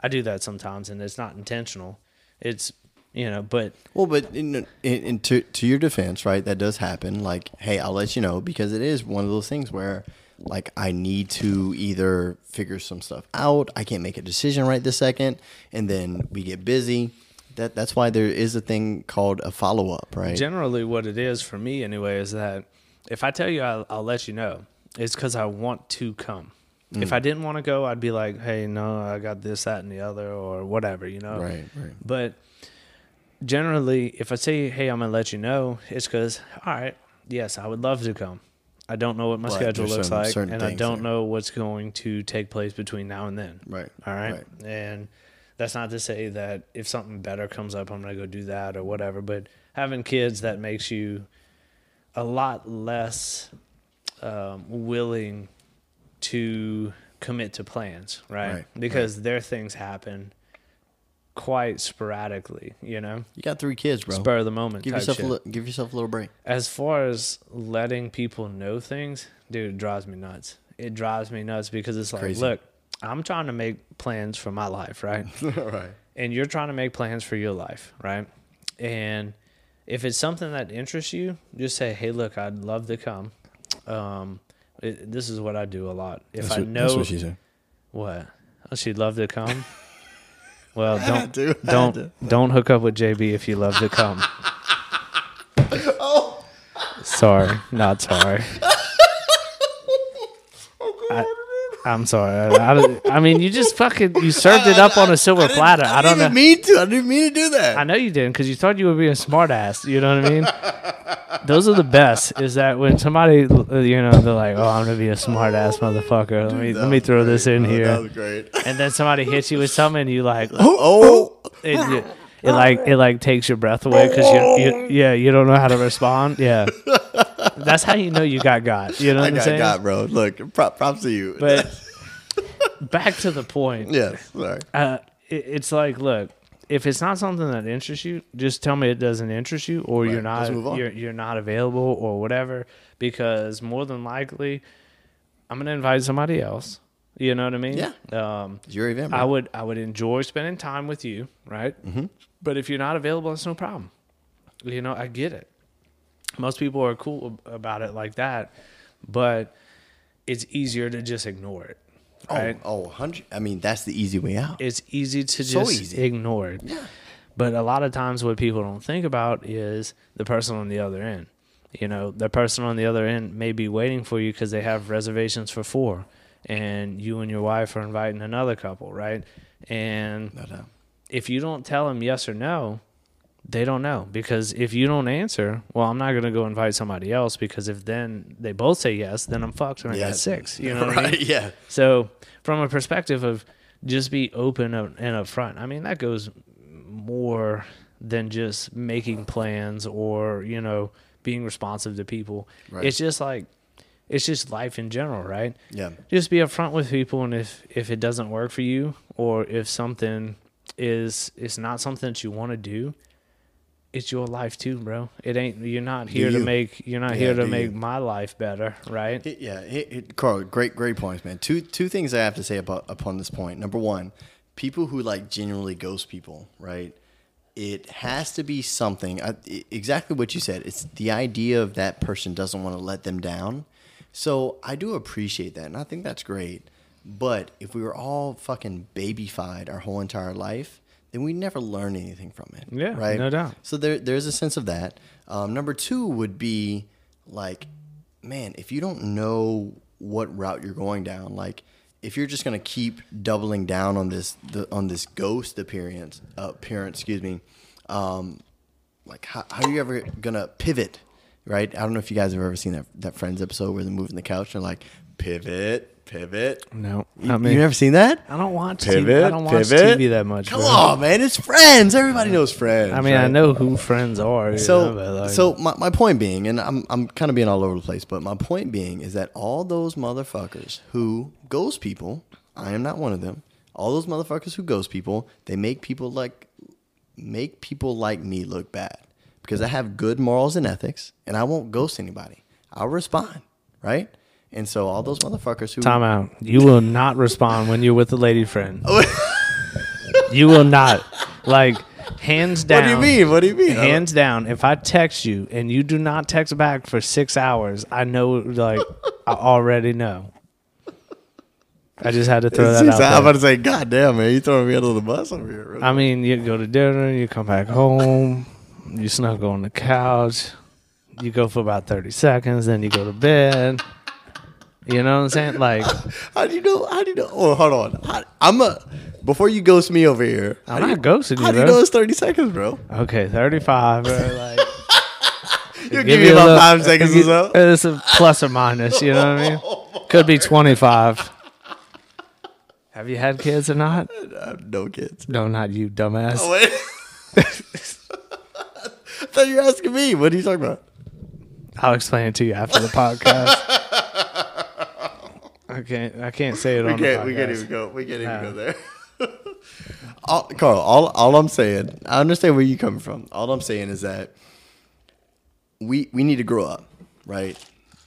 [SPEAKER 1] I do that sometimes, and it's not intentional. It's you know, but
[SPEAKER 2] Well, but in, in, in to, to your defense, right? That does happen. Like, hey, I'll let you know because it is one of those things where, like, I need to either figure some stuff out. I can't make a decision right this second, and then we get busy. That that's why there is a thing called a follow up, right?
[SPEAKER 1] generally what it is for me anyway is that if i tell you i'll, I'll let you know it's because i want to come
[SPEAKER 2] Mm.
[SPEAKER 1] if i didn't want to go i'd be like hey no i got this that and the other or whatever you know
[SPEAKER 2] Right, right.
[SPEAKER 1] but generally if i say hey i'm gonna let you know it's because all right yes i would love to come i don't know what my
[SPEAKER 2] But
[SPEAKER 1] schedule
[SPEAKER 2] there's
[SPEAKER 1] looks
[SPEAKER 2] some
[SPEAKER 1] like
[SPEAKER 2] certain
[SPEAKER 1] and i
[SPEAKER 2] things
[SPEAKER 1] don't
[SPEAKER 2] there.
[SPEAKER 1] know what's going to take place between now and then
[SPEAKER 2] Right,
[SPEAKER 1] all right,
[SPEAKER 2] right.
[SPEAKER 1] and that's not to say that if something better comes up i'm gonna go do that or whatever but having kids that makes you a lot less um, willing to commit to plans, right?
[SPEAKER 2] Right,
[SPEAKER 1] because their things happen quite sporadically, you know,
[SPEAKER 2] You got three kids, bro.
[SPEAKER 1] spur of the moment.
[SPEAKER 2] Oh. give
[SPEAKER 1] type
[SPEAKER 2] yourself a
[SPEAKER 1] shit.
[SPEAKER 2] li- give yourself a little break.
[SPEAKER 1] As far as letting people know things, dude, it drives me nuts. It drives me nuts because it's like,
[SPEAKER 2] Crazy.
[SPEAKER 1] look, I'm trying to make plans for my life,
[SPEAKER 2] <laughs>
[SPEAKER 1] right?
[SPEAKER 2] right.
[SPEAKER 1] and you're trying to make plans for your life, right? And if it's something that interests you, just say, "Hey, look, I'd love to come." Um, it, this is what I do a lot. If I know
[SPEAKER 2] said.
[SPEAKER 1] what? Oh, she'd love to
[SPEAKER 2] <laughs>
[SPEAKER 1] come. well, don't
[SPEAKER 2] to, I
[SPEAKER 1] don't
[SPEAKER 2] had
[SPEAKER 1] don't hook up with JB if you love to come.
[SPEAKER 2] <laughs>
[SPEAKER 1] oh.
[SPEAKER 2] Oh. <laughs> Oh,
[SPEAKER 1] Sorry, not sorry. I, I'm sorry. I, I- I mean, you just fucking you served it up on a silver platter. I, don't know.
[SPEAKER 2] didn't mean to. I didn't mean to do that.
[SPEAKER 1] I know you didn't because you thought you were being smart ass. You know
[SPEAKER 2] <laughs>
[SPEAKER 1] what I mean? Those are the best. Is that when somebody uh, you know they're like, "Oh, I'm gonna be a smart ass motherfucker. Let me
[SPEAKER 2] That
[SPEAKER 1] let me
[SPEAKER 2] was
[SPEAKER 1] throw
[SPEAKER 2] great,
[SPEAKER 1] this in
[SPEAKER 2] bro. That
[SPEAKER 1] here,"
[SPEAKER 2] was great. <laughs>
[SPEAKER 1] and then somebody hits you with something. and You like
[SPEAKER 2] Oh,
[SPEAKER 1] it, you- it like it like takes your breath away because you,
[SPEAKER 2] Oh.
[SPEAKER 1] you yeah you don't know how to respond.
[SPEAKER 2] <laughs>
[SPEAKER 1] Yeah, that's how you know you got got. You know what
[SPEAKER 2] I
[SPEAKER 1] I'm
[SPEAKER 2] got
[SPEAKER 1] saying?
[SPEAKER 2] got, bro. Look, prop, props to you. <laughs>
[SPEAKER 1] But back to the point.
[SPEAKER 2] yes, sorry.
[SPEAKER 1] uh, it, it's like, look, if it's not something that interests you, just tell me it doesn't interest you, or you're
[SPEAKER 2] Right, let's
[SPEAKER 1] not
[SPEAKER 2] move on.
[SPEAKER 1] you're you're not available or whatever. Because more than likely, I'm gonna invite somebody else. You know what I mean?
[SPEAKER 2] Yeah.
[SPEAKER 1] Um,
[SPEAKER 2] It's your event, bro.
[SPEAKER 1] I would I would enjoy spending time with you, right? Mm-hmm. But if you're not available, it's no problem. You know, I get it. Most people are cool ab- about it like that, but it's easier to just ignore it.
[SPEAKER 2] Oh,
[SPEAKER 1] Right?
[SPEAKER 2] oh, 100. I mean, that's the easy way out.
[SPEAKER 1] it's easy to
[SPEAKER 2] So
[SPEAKER 1] just
[SPEAKER 2] easy.
[SPEAKER 1] ignore it. But a lot of times, what people don't think about is the person on the other end. You know, the person on the other end may be waiting for you because they have reservations for four, and you and your wife are inviting another couple, right? And
[SPEAKER 2] No doubt.
[SPEAKER 1] if you don't tell them yes or no, they don't know because if you don't answer, well, I'm not going to go invite somebody else because if then they both say yes, then I'm fucked and I
[SPEAKER 2] Yeah.
[SPEAKER 1] got six.
[SPEAKER 2] <laughs>
[SPEAKER 1] You know what I mean?
[SPEAKER 2] right? Yeah.
[SPEAKER 1] So, from a perspective of just be open up- and upfront, I mean, that goes more than just making plans or, you know, being responsive to people.
[SPEAKER 2] Right.
[SPEAKER 1] It's just like, it's just life in general, right?
[SPEAKER 2] Yeah.
[SPEAKER 1] Just be upfront with people, and if if it doesn't work for you, or if something is is not something that you want to do, it's your life too, bro. It ain't you're not here to
[SPEAKER 2] you.
[SPEAKER 1] make you're not
[SPEAKER 2] Yeah,
[SPEAKER 1] here to
[SPEAKER 2] do
[SPEAKER 1] make
[SPEAKER 2] you.
[SPEAKER 1] my life better, right?
[SPEAKER 2] It- yeah, it, it, Carl, great, great points, man. Two two things I have to say about upon this point. Number one, people who like genuinely ghost people, right? It has to be something. I, i exactly what you said. It's the idea of that person doesn't want to let them down. So I do appreciate that, and I think that's great. But if we were all fucking babyfied our whole entire life, then we never learn anything from it.
[SPEAKER 1] Yeah,
[SPEAKER 2] right.
[SPEAKER 1] no doubt.
[SPEAKER 2] So there, there's a sense of that. Um, number two would be like, man, if you don't know what route you're going down, like if you're just gonna keep doubling down on this the, on this ghost appearance uh, appearance, excuse me, um, like how, how are you ever gonna pivot, right? I don't know if you guys have ever seen that that Friends episode where they're moving the couch and they're like pivot, pivot.
[SPEAKER 1] No,
[SPEAKER 2] You-
[SPEAKER 1] not me.
[SPEAKER 2] You never seen that?
[SPEAKER 1] I don't watch TV. I
[SPEAKER 2] Pivot,
[SPEAKER 1] don't watch
[SPEAKER 2] pivot.
[SPEAKER 1] TV that much.
[SPEAKER 2] Come
[SPEAKER 1] bro.
[SPEAKER 2] on, man! It's Friends. Everybody knows Friends.
[SPEAKER 1] I mean, I
[SPEAKER 2] right?
[SPEAKER 1] know who friends are. you
[SPEAKER 2] So,
[SPEAKER 1] know, but, like,
[SPEAKER 2] so my, my point being, and I'm I'm kind of being all over the place, but my point being is that all those motherfuckers who ghost people, I am not one of them. All those motherfuckers who ghost people, they make people like make people like me look bad because I have good morals and ethics, and I won't ghost anybody. I'll respond, right? And so all those motherfuckers who
[SPEAKER 1] time out. You will not respond when you're with a lady
[SPEAKER 2] <laughs>
[SPEAKER 1] friend. you will not. Like, hands
[SPEAKER 2] What
[SPEAKER 1] down.
[SPEAKER 2] do you mean? What do you mean? <laughs>
[SPEAKER 1] Hands down. If I text you and you do not text back for six hours, I know. Like, I already know. I just had to throw that
[SPEAKER 2] I'm
[SPEAKER 1] out.
[SPEAKER 2] about
[SPEAKER 1] There.
[SPEAKER 2] to say, God damn, man, you throwing me under the bus over here.
[SPEAKER 1] I mean, you go to dinner, you come back home, you snuggle on the couch, you go for about thirty seconds, then you go to bed. You know what I'm saying? Like.
[SPEAKER 2] How do you know? How do you know? Oh, hold on. How, I'm a. Before you ghost me over here, how
[SPEAKER 1] I'm
[SPEAKER 2] do
[SPEAKER 1] not
[SPEAKER 2] you-
[SPEAKER 1] ghosting you,
[SPEAKER 2] How do you
[SPEAKER 1] bro.
[SPEAKER 2] know it's thirty seconds, bro?
[SPEAKER 1] Okay, 35. Or like,
[SPEAKER 2] You give me about five seconds or so.
[SPEAKER 1] It's a plus or minus, you know what I
[SPEAKER 2] <laughs>
[SPEAKER 1] mean? Could be 25. Have you had kids or not?
[SPEAKER 2] I have Uh, no kids.
[SPEAKER 1] No, not you, dumbass.
[SPEAKER 2] <laughs> Wait. I thought you were asking me. What are you talking about?
[SPEAKER 1] I'll explain it to you after the
[SPEAKER 2] <laughs>
[SPEAKER 1] podcast. I can't, I can't say it on
[SPEAKER 2] We can't.
[SPEAKER 1] the podcast.
[SPEAKER 2] We can't even go. We can't even go there. <laughs> all, Carl, all all I'm saying, I understand where you coming from. All I'm saying is that we we need to grow up, right?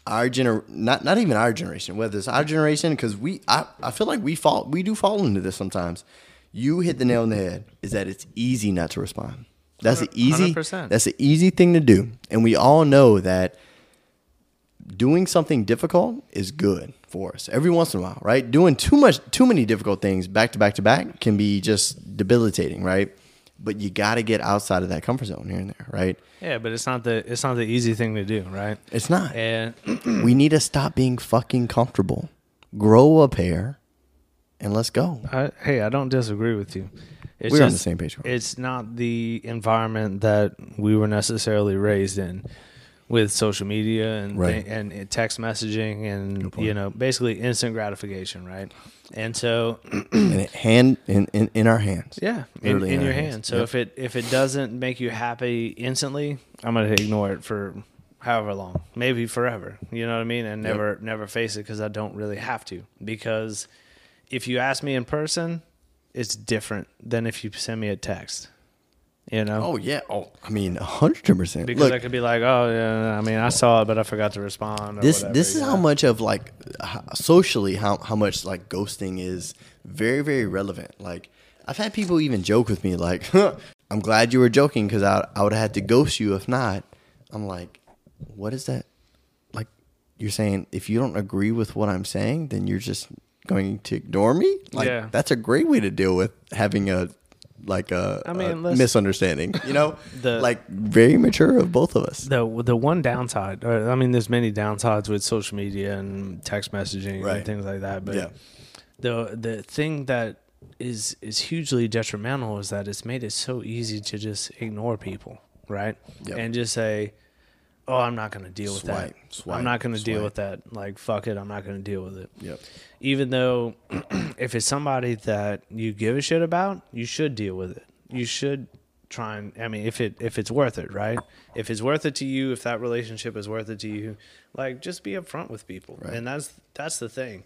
[SPEAKER 2] Our gener not not even our generation, whether it's our generation, because we I, I feel like we fall we do fall into this sometimes. You hit the nail on the head is that it's easy not to respond. That's an easy
[SPEAKER 1] 100%.
[SPEAKER 2] that's an easy thing to do. And we all know that doing something difficult is good for us every once in a while, right? Doing too much, too many difficult things back to back to back can be just debilitating, right? But you got to get outside of that comfort zone here and there, right?
[SPEAKER 1] Yeah, but it's not the, it's not the easy thing to do, right?
[SPEAKER 2] It's not.
[SPEAKER 1] And
[SPEAKER 2] we need to stop being fucking comfortable. grow a pair, and let's go.
[SPEAKER 1] I, hey, I don't disagree with you. It's
[SPEAKER 2] We're on the same page, Carl.
[SPEAKER 1] It's not the environment that we were necessarily raised in, with social media and
[SPEAKER 2] Right.
[SPEAKER 1] thi- and uh, text messaging and you know basically instant gratification, right? And so
[SPEAKER 2] and it hand in, in, in our hands.
[SPEAKER 1] yeah, in,
[SPEAKER 2] Literally
[SPEAKER 1] in
[SPEAKER 2] our
[SPEAKER 1] your
[SPEAKER 2] hands.
[SPEAKER 1] hand. So if it if it doesn't make you happy instantly, I'm gonna ignore it for however long, maybe forever. You know what I mean? And never never face it because I don't really have to. Because if you ask me in person, it's different than if you send me a text. You know.
[SPEAKER 2] Oh yeah. Oh, I mean, hundred percent.
[SPEAKER 1] because
[SPEAKER 2] Look,
[SPEAKER 1] I could be like, oh yeah, I mean, I saw it, but I forgot to respond. Or
[SPEAKER 2] this
[SPEAKER 1] whatever,
[SPEAKER 2] this is
[SPEAKER 1] you
[SPEAKER 2] how
[SPEAKER 1] know?
[SPEAKER 2] much of like ho- socially how how much like ghosting is very very relevant. Like I've had people even joke with me like, <laughs> huh, "I'm glad you were joking because I I would have had to ghost you if not." I'm like, what is that? Like you're saying if you don't agree with what I'm saying, then you're just going to ignore me. Like
[SPEAKER 1] Yeah.
[SPEAKER 2] that's a great way to deal with having a like a,
[SPEAKER 1] I mean,
[SPEAKER 2] a
[SPEAKER 1] let's-
[SPEAKER 2] misunderstanding. You know,
[SPEAKER 1] <laughs> The-
[SPEAKER 2] like very mature of both of us.
[SPEAKER 1] the the one downside or, i mean there's many downsides with social media and text messaging and
[SPEAKER 2] Right.
[SPEAKER 1] things like that but
[SPEAKER 2] Yeah.
[SPEAKER 1] the the thing that is is hugely detrimental is that it's made it so easy to just ignore people right
[SPEAKER 2] Yep.
[SPEAKER 1] and just say oh i'm not going to deal
[SPEAKER 2] Swipe,
[SPEAKER 1] with that
[SPEAKER 2] swipe,
[SPEAKER 1] i'm not going to deal
[SPEAKER 2] swipe.
[SPEAKER 1] with that like fuck it i'm not going to deal with it
[SPEAKER 2] Yep.
[SPEAKER 1] even though <clears throat> if it's somebody that you give a shit about, you should deal with it. You should try and I mean if it if it's worth it, right? If it's worth it to you, if that relationship is worth it to you, like just be upfront with people. And that's that's the thing.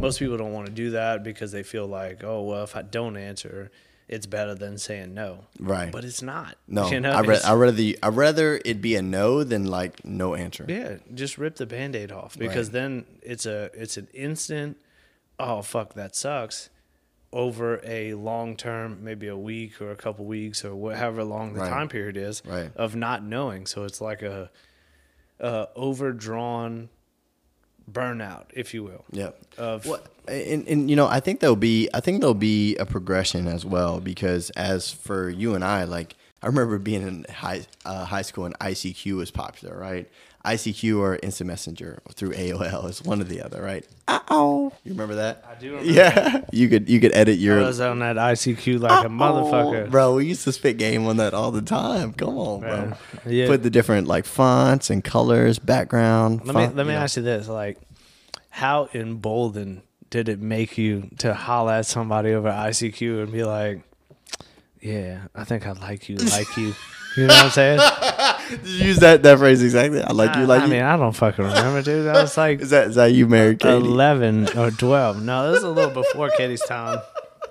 [SPEAKER 1] Most people don't want to do that because they feel like, oh well, if I don't answer, it's better than saying no.
[SPEAKER 2] Right.
[SPEAKER 1] But it's not.
[SPEAKER 2] No,
[SPEAKER 1] <laughs> You know,
[SPEAKER 2] I read.
[SPEAKER 1] it's-
[SPEAKER 2] I rather the. I rather it be a no than like no answer.
[SPEAKER 1] yeah, just rip the band-aid off because then it's a it's an instant oh fuck that sucks over a long term, maybe a week or a couple weeks or wha- however long the
[SPEAKER 2] Right.
[SPEAKER 1] time period is
[SPEAKER 2] Right.
[SPEAKER 1] of not knowing. So it's like a uh overdrawn burnout, if you will.
[SPEAKER 2] Yep.
[SPEAKER 1] Of
[SPEAKER 2] Well, and, and you know, I think there'll be I think there'll be a progression as well because as for you and I, like I remember being in high uh, high school and ICQ was popular, right? ICQ or Instant Messenger through AOL is one or the other, right? Uh oh, you remember that? I
[SPEAKER 1] do remember
[SPEAKER 2] yeah, <laughs> you could you could edit
[SPEAKER 1] I
[SPEAKER 2] your
[SPEAKER 1] was on that ICQ like a motherfucker.
[SPEAKER 2] bro. We used to spit game on that all the time. Come on, bro.
[SPEAKER 1] Yeah.
[SPEAKER 2] Put the different like fonts and colors, background.
[SPEAKER 1] Let
[SPEAKER 2] font,
[SPEAKER 1] me let me
[SPEAKER 2] you know.
[SPEAKER 1] ask you this: like, how emboldened did it make you to holler at somebody over ICQ and be like, "Yeah, I think I like you, like
[SPEAKER 2] <laughs>
[SPEAKER 1] you." You know what I'm saying?
[SPEAKER 2] Did you use that that phrase exactly. I like you, like
[SPEAKER 1] I,
[SPEAKER 2] you.
[SPEAKER 1] mean, I don't fucking remember, dude. I was like
[SPEAKER 2] Is that is that you married Katie?
[SPEAKER 1] 11 or 12. No, this is a little before Katie's time.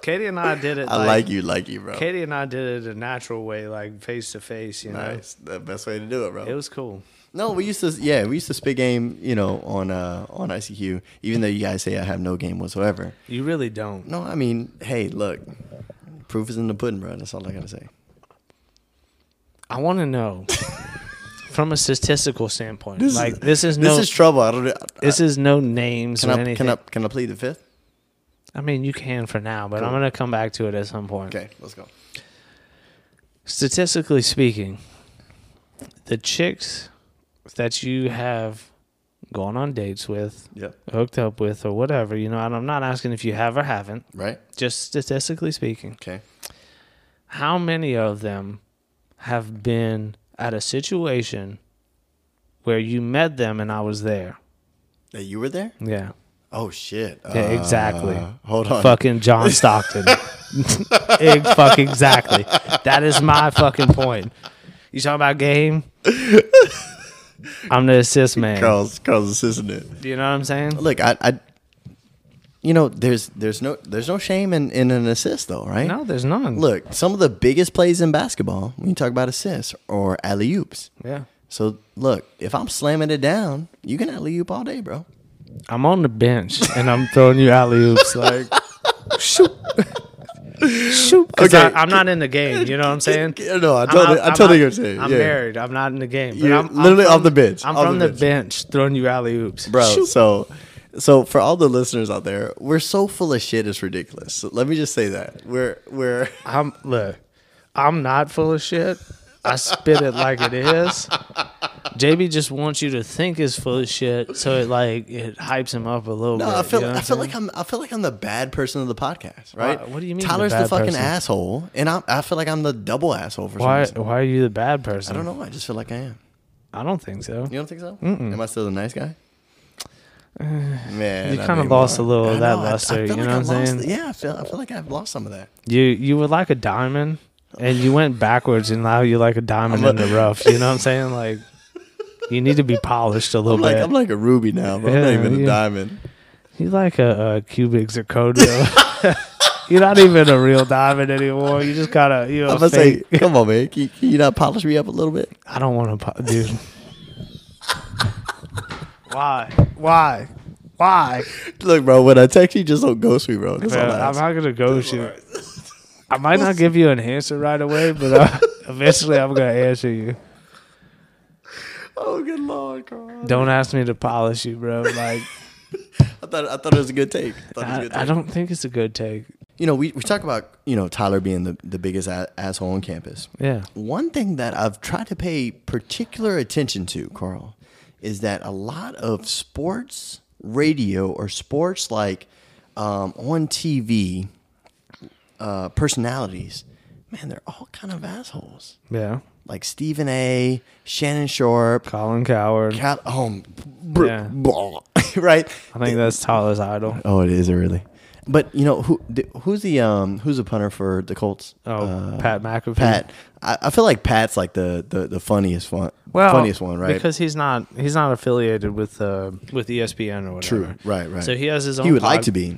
[SPEAKER 1] Katie and I did it.
[SPEAKER 2] I like you, like you, bro.
[SPEAKER 1] Katie and I did it a natural way, like face to face. You know,
[SPEAKER 2] Nice, the best way to do it, bro.
[SPEAKER 1] it was cool.
[SPEAKER 2] no, we used to, yeah, we used to spit game, you know, on uh on ICQ. Even though you guys say I have no game whatsoever.
[SPEAKER 1] You really don't.
[SPEAKER 2] No, I mean, hey, look, proof is in the pudding, bro. That's all I gotta say.
[SPEAKER 1] I want to
[SPEAKER 2] <laughs>
[SPEAKER 1] know from a statistical standpoint. like this is
[SPEAKER 2] This
[SPEAKER 1] no
[SPEAKER 2] is trouble. I don't. I,
[SPEAKER 1] This is no names
[SPEAKER 2] Uh, can
[SPEAKER 1] or
[SPEAKER 2] I,
[SPEAKER 1] anything.
[SPEAKER 2] can I can I plead the fifth?
[SPEAKER 1] I mean, you can for now, but I'm going to come back to it at some point.
[SPEAKER 2] Okay, let's go.
[SPEAKER 1] Statistically speaking, the chicks that you have gone on dates with,
[SPEAKER 2] Yep.
[SPEAKER 1] hooked up with, or whatever, you know, and I'm not asking if you have or haven't,
[SPEAKER 2] Right.
[SPEAKER 1] just statistically speaking,
[SPEAKER 2] Okay.
[SPEAKER 1] how many of them have been at a situation where you met them and I was there?
[SPEAKER 2] That you were there?
[SPEAKER 1] Yeah.
[SPEAKER 2] Oh shit.
[SPEAKER 1] Yeah,
[SPEAKER 2] Uh,
[SPEAKER 1] exactly.
[SPEAKER 2] hold on.
[SPEAKER 1] Fucking
[SPEAKER 2] <laughs>
[SPEAKER 1] John Stockton. Ig- fuck exactly. That is my fucking point. You talking about game? I'm the assist man.
[SPEAKER 2] Carl's Carl's assistant.
[SPEAKER 1] You know what I'm saying?
[SPEAKER 2] Look, I, I, you know, there's there's no there's no shame in, in an assist though, right?
[SPEAKER 1] No, there's none.
[SPEAKER 2] Look, some of the biggest plays in basketball when you talk about assists or alley oops.
[SPEAKER 1] Yeah.
[SPEAKER 2] So look, if I'm slamming it down, you can alley oop all day, bro.
[SPEAKER 1] I'm on the bench and I'm throwing you alley oops like shoot. Shoot. 'Cause
[SPEAKER 2] Okay.
[SPEAKER 1] I, am not in the game. You know what I'm saying?
[SPEAKER 2] <laughs> Yeah, no, I
[SPEAKER 1] I'm
[SPEAKER 2] totally-
[SPEAKER 1] out-
[SPEAKER 2] I totally
[SPEAKER 1] out-
[SPEAKER 2] get what you're saying.
[SPEAKER 1] I'm
[SPEAKER 2] Yeah.
[SPEAKER 1] married. I'm not in the game. But
[SPEAKER 2] You're
[SPEAKER 1] I'm, I'm
[SPEAKER 2] literally
[SPEAKER 1] from-
[SPEAKER 2] off the bench,
[SPEAKER 1] I'm
[SPEAKER 2] off
[SPEAKER 1] from
[SPEAKER 2] the
[SPEAKER 1] the bench. throwing you alley oops.
[SPEAKER 2] Bro, so so for all the listeners out there, we're so full of shit it's ridiculous. So let me just say that. We're we're
[SPEAKER 1] I'm look, I'm not full of shit. I spit it like it is. JB just wants you to think is full of shit, so it like it hypes him up a little
[SPEAKER 2] No,
[SPEAKER 1] bit.
[SPEAKER 2] I feel
[SPEAKER 1] you know what
[SPEAKER 2] I
[SPEAKER 1] I'm
[SPEAKER 2] feel
[SPEAKER 1] saying?
[SPEAKER 2] like I'm I feel like I'm the bad person of the podcast, right?
[SPEAKER 1] Why- what do you mean the
[SPEAKER 2] Tyler's the,
[SPEAKER 1] bad
[SPEAKER 2] fucking
[SPEAKER 1] person?
[SPEAKER 2] asshole, and I I feel like I'm the double asshole for some
[SPEAKER 1] Why?
[SPEAKER 2] reason.
[SPEAKER 1] Why are you the bad person?
[SPEAKER 2] I don't know. I just feel like I am.
[SPEAKER 1] I don't think so.
[SPEAKER 2] You don't think so? Am I still the nice guy?
[SPEAKER 1] <sighs>
[SPEAKER 2] Man,
[SPEAKER 1] you
[SPEAKER 2] I
[SPEAKER 1] kinda
[SPEAKER 2] mean,
[SPEAKER 1] lost
[SPEAKER 2] why-
[SPEAKER 1] a little of
[SPEAKER 2] I
[SPEAKER 1] that
[SPEAKER 2] know, I- I
[SPEAKER 1] luster,
[SPEAKER 2] feel
[SPEAKER 1] you
[SPEAKER 2] like
[SPEAKER 1] know
[SPEAKER 2] I
[SPEAKER 1] what I'm
[SPEAKER 2] lost-
[SPEAKER 1] saying?
[SPEAKER 2] Yeah, I feel I feel like I've lost some of that.
[SPEAKER 1] You you were like a diamond, and you went backwards, and now you're like a diamond in the rough. You know what I'm saying? Like you need to be polished a little
[SPEAKER 2] I'm like
[SPEAKER 1] bit.
[SPEAKER 2] I'm like a ruby now, but I'm not
[SPEAKER 1] Yeah,
[SPEAKER 2] even
[SPEAKER 1] yeah.
[SPEAKER 2] a diamond.
[SPEAKER 1] you like a, a cubic zirconia. <laughs> you're not even a real diamond anymore. You just gotta you know.
[SPEAKER 2] I'm gonna say,
[SPEAKER 1] fake-
[SPEAKER 2] come on, man, can you, can you not polish me up a little bit? <laughs>
[SPEAKER 1] I don't want to, po- dude. <laughs> Why? Why? Why?
[SPEAKER 2] Look, bro, when I text you, just don't ghost me, bro. That's all
[SPEAKER 1] Man,
[SPEAKER 2] I
[SPEAKER 1] I'm
[SPEAKER 2] ask.
[SPEAKER 1] not gonna ghost
[SPEAKER 2] <laughs>
[SPEAKER 1] you. I might not give you an answer right away, but uh, <laughs> eventually I'm gonna answer you.
[SPEAKER 2] Oh, good lord, Carl.
[SPEAKER 1] Don't ask me to polish you, bro.
[SPEAKER 2] <laughs>
[SPEAKER 1] Like
[SPEAKER 2] I thought I thought it was a good take. I, thought it was a
[SPEAKER 1] I,
[SPEAKER 2] good take.
[SPEAKER 1] I don't think it's a good take.
[SPEAKER 2] You know, we, we talk about you know Tyler being the the biggest a- asshole on campus.
[SPEAKER 1] Yeah.
[SPEAKER 2] One thing that I've tried to pay particular attention to, Carl, is that a lot of sports radio or sports like um, on TV uh, personalities, man, they're all kind of assholes.
[SPEAKER 1] Yeah.
[SPEAKER 2] Like Stephen A, Shannon Sharp,
[SPEAKER 1] Colin Coward.
[SPEAKER 2] Cal- um, br-
[SPEAKER 1] Yeah.
[SPEAKER 2] blah, <laughs> right?
[SPEAKER 1] I think that's Tyler's idol.
[SPEAKER 2] Oh, it is really. But you know who th- who's the um who's the punter for the Colts?
[SPEAKER 1] Oh,
[SPEAKER 2] Uh,
[SPEAKER 1] Pat McAfee.
[SPEAKER 2] Pat. I, I feel like Pat's like the the, the funniest one. funniest one, right?
[SPEAKER 1] Because he's not he's not affiliated with uh, with ESPN or whatever.
[SPEAKER 2] True. Right. Right.
[SPEAKER 1] So he has his own.
[SPEAKER 2] He would like
[SPEAKER 1] pod-
[SPEAKER 2] to be.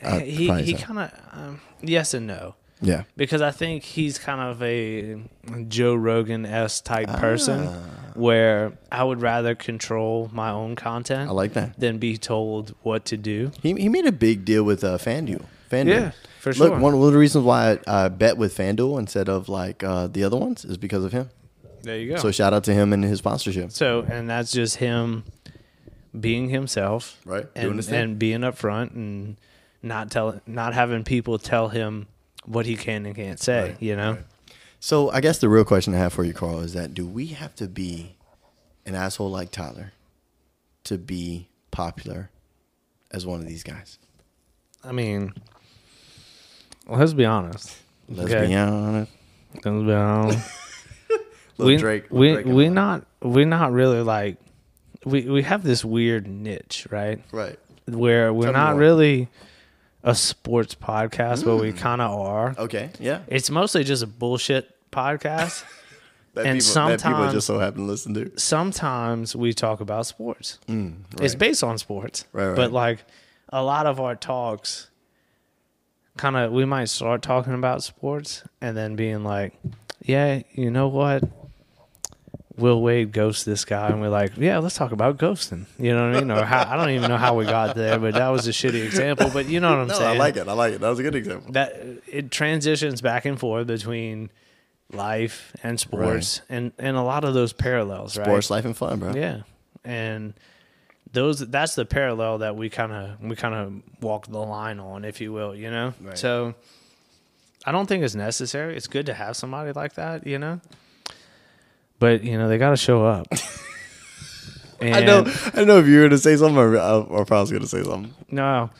[SPEAKER 2] uh,
[SPEAKER 1] he
[SPEAKER 2] probably
[SPEAKER 1] he
[SPEAKER 2] so.
[SPEAKER 1] kind of um, yes and no
[SPEAKER 2] Yeah.
[SPEAKER 1] because I think he's kind of a Joe Rogan s type person
[SPEAKER 2] Ah.
[SPEAKER 1] where I would rather control my own content.
[SPEAKER 2] I like that.
[SPEAKER 1] than be told what to do.
[SPEAKER 2] He he made a big deal with uh, FanDuel. FanDuel.
[SPEAKER 1] Yeah, for
[SPEAKER 2] Look,
[SPEAKER 1] sure.
[SPEAKER 2] one of the reasons why I, I bet with FanDuel instead of like uh, the other ones is because of him.
[SPEAKER 1] There you go.
[SPEAKER 2] So shout out to him and his sponsorship.
[SPEAKER 1] So, and that's just him being himself,
[SPEAKER 2] Right, doing
[SPEAKER 1] And,
[SPEAKER 2] his thing.
[SPEAKER 1] and being upfront and not telling, not having people tell him what he can and can't say. You know,
[SPEAKER 2] So I guess the real question I have for you, Carl, is that do we have to be an asshole like Tyler to be popular as one of these guys?
[SPEAKER 1] I mean, let's be honest.
[SPEAKER 2] Let's
[SPEAKER 1] Okay.
[SPEAKER 2] be honest.
[SPEAKER 1] Let's be honest.
[SPEAKER 2] Lil
[SPEAKER 1] we
[SPEAKER 2] Drake, Lil
[SPEAKER 1] we
[SPEAKER 2] Drake and
[SPEAKER 1] we
[SPEAKER 2] Lil-
[SPEAKER 1] not we not really like we we have this weird niche, right?
[SPEAKER 2] right.
[SPEAKER 1] Where we're
[SPEAKER 2] Tell me
[SPEAKER 1] not
[SPEAKER 2] why.
[SPEAKER 1] really a sports podcast, but
[SPEAKER 2] Mm.
[SPEAKER 1] we kind of are.
[SPEAKER 2] Okay. Yeah.
[SPEAKER 1] It's mostly just a bullshit podcast.
[SPEAKER 2] That
[SPEAKER 1] And
[SPEAKER 2] people, that people
[SPEAKER 1] sometimes-
[SPEAKER 2] just so happen to listen to.
[SPEAKER 1] sometimes we talk about sports. It's based on sports.
[SPEAKER 2] Mm, Right, right.
[SPEAKER 1] But like a lot of our talks kind of we might start talking about sports and then being like, "Yeah, you know what? Will Wade ghost this guy?" And we're like, "Yeah, let's talk about ghosting." You know what I mean? Or how, I don't even know how we got there, but that was a shitty example, but you know what I'm
[SPEAKER 2] <laughs> No,
[SPEAKER 1] saying?
[SPEAKER 2] I like it. I like it. That was a good example.
[SPEAKER 1] that it transitions back and forth between life and sports and and a lot of those parallels right
[SPEAKER 2] Sports, life, and fun, bro.
[SPEAKER 1] yeah and those that's the parallel that we kind of we kind of walk the line on if you will you know
[SPEAKER 2] Right.
[SPEAKER 1] so i don't think it's necessary it's good to have somebody like that you know but you know they got to show
[SPEAKER 2] <laughs>
[SPEAKER 1] up and
[SPEAKER 2] I know. I know if you were to say something, I, I, I probably was going to say something.
[SPEAKER 1] no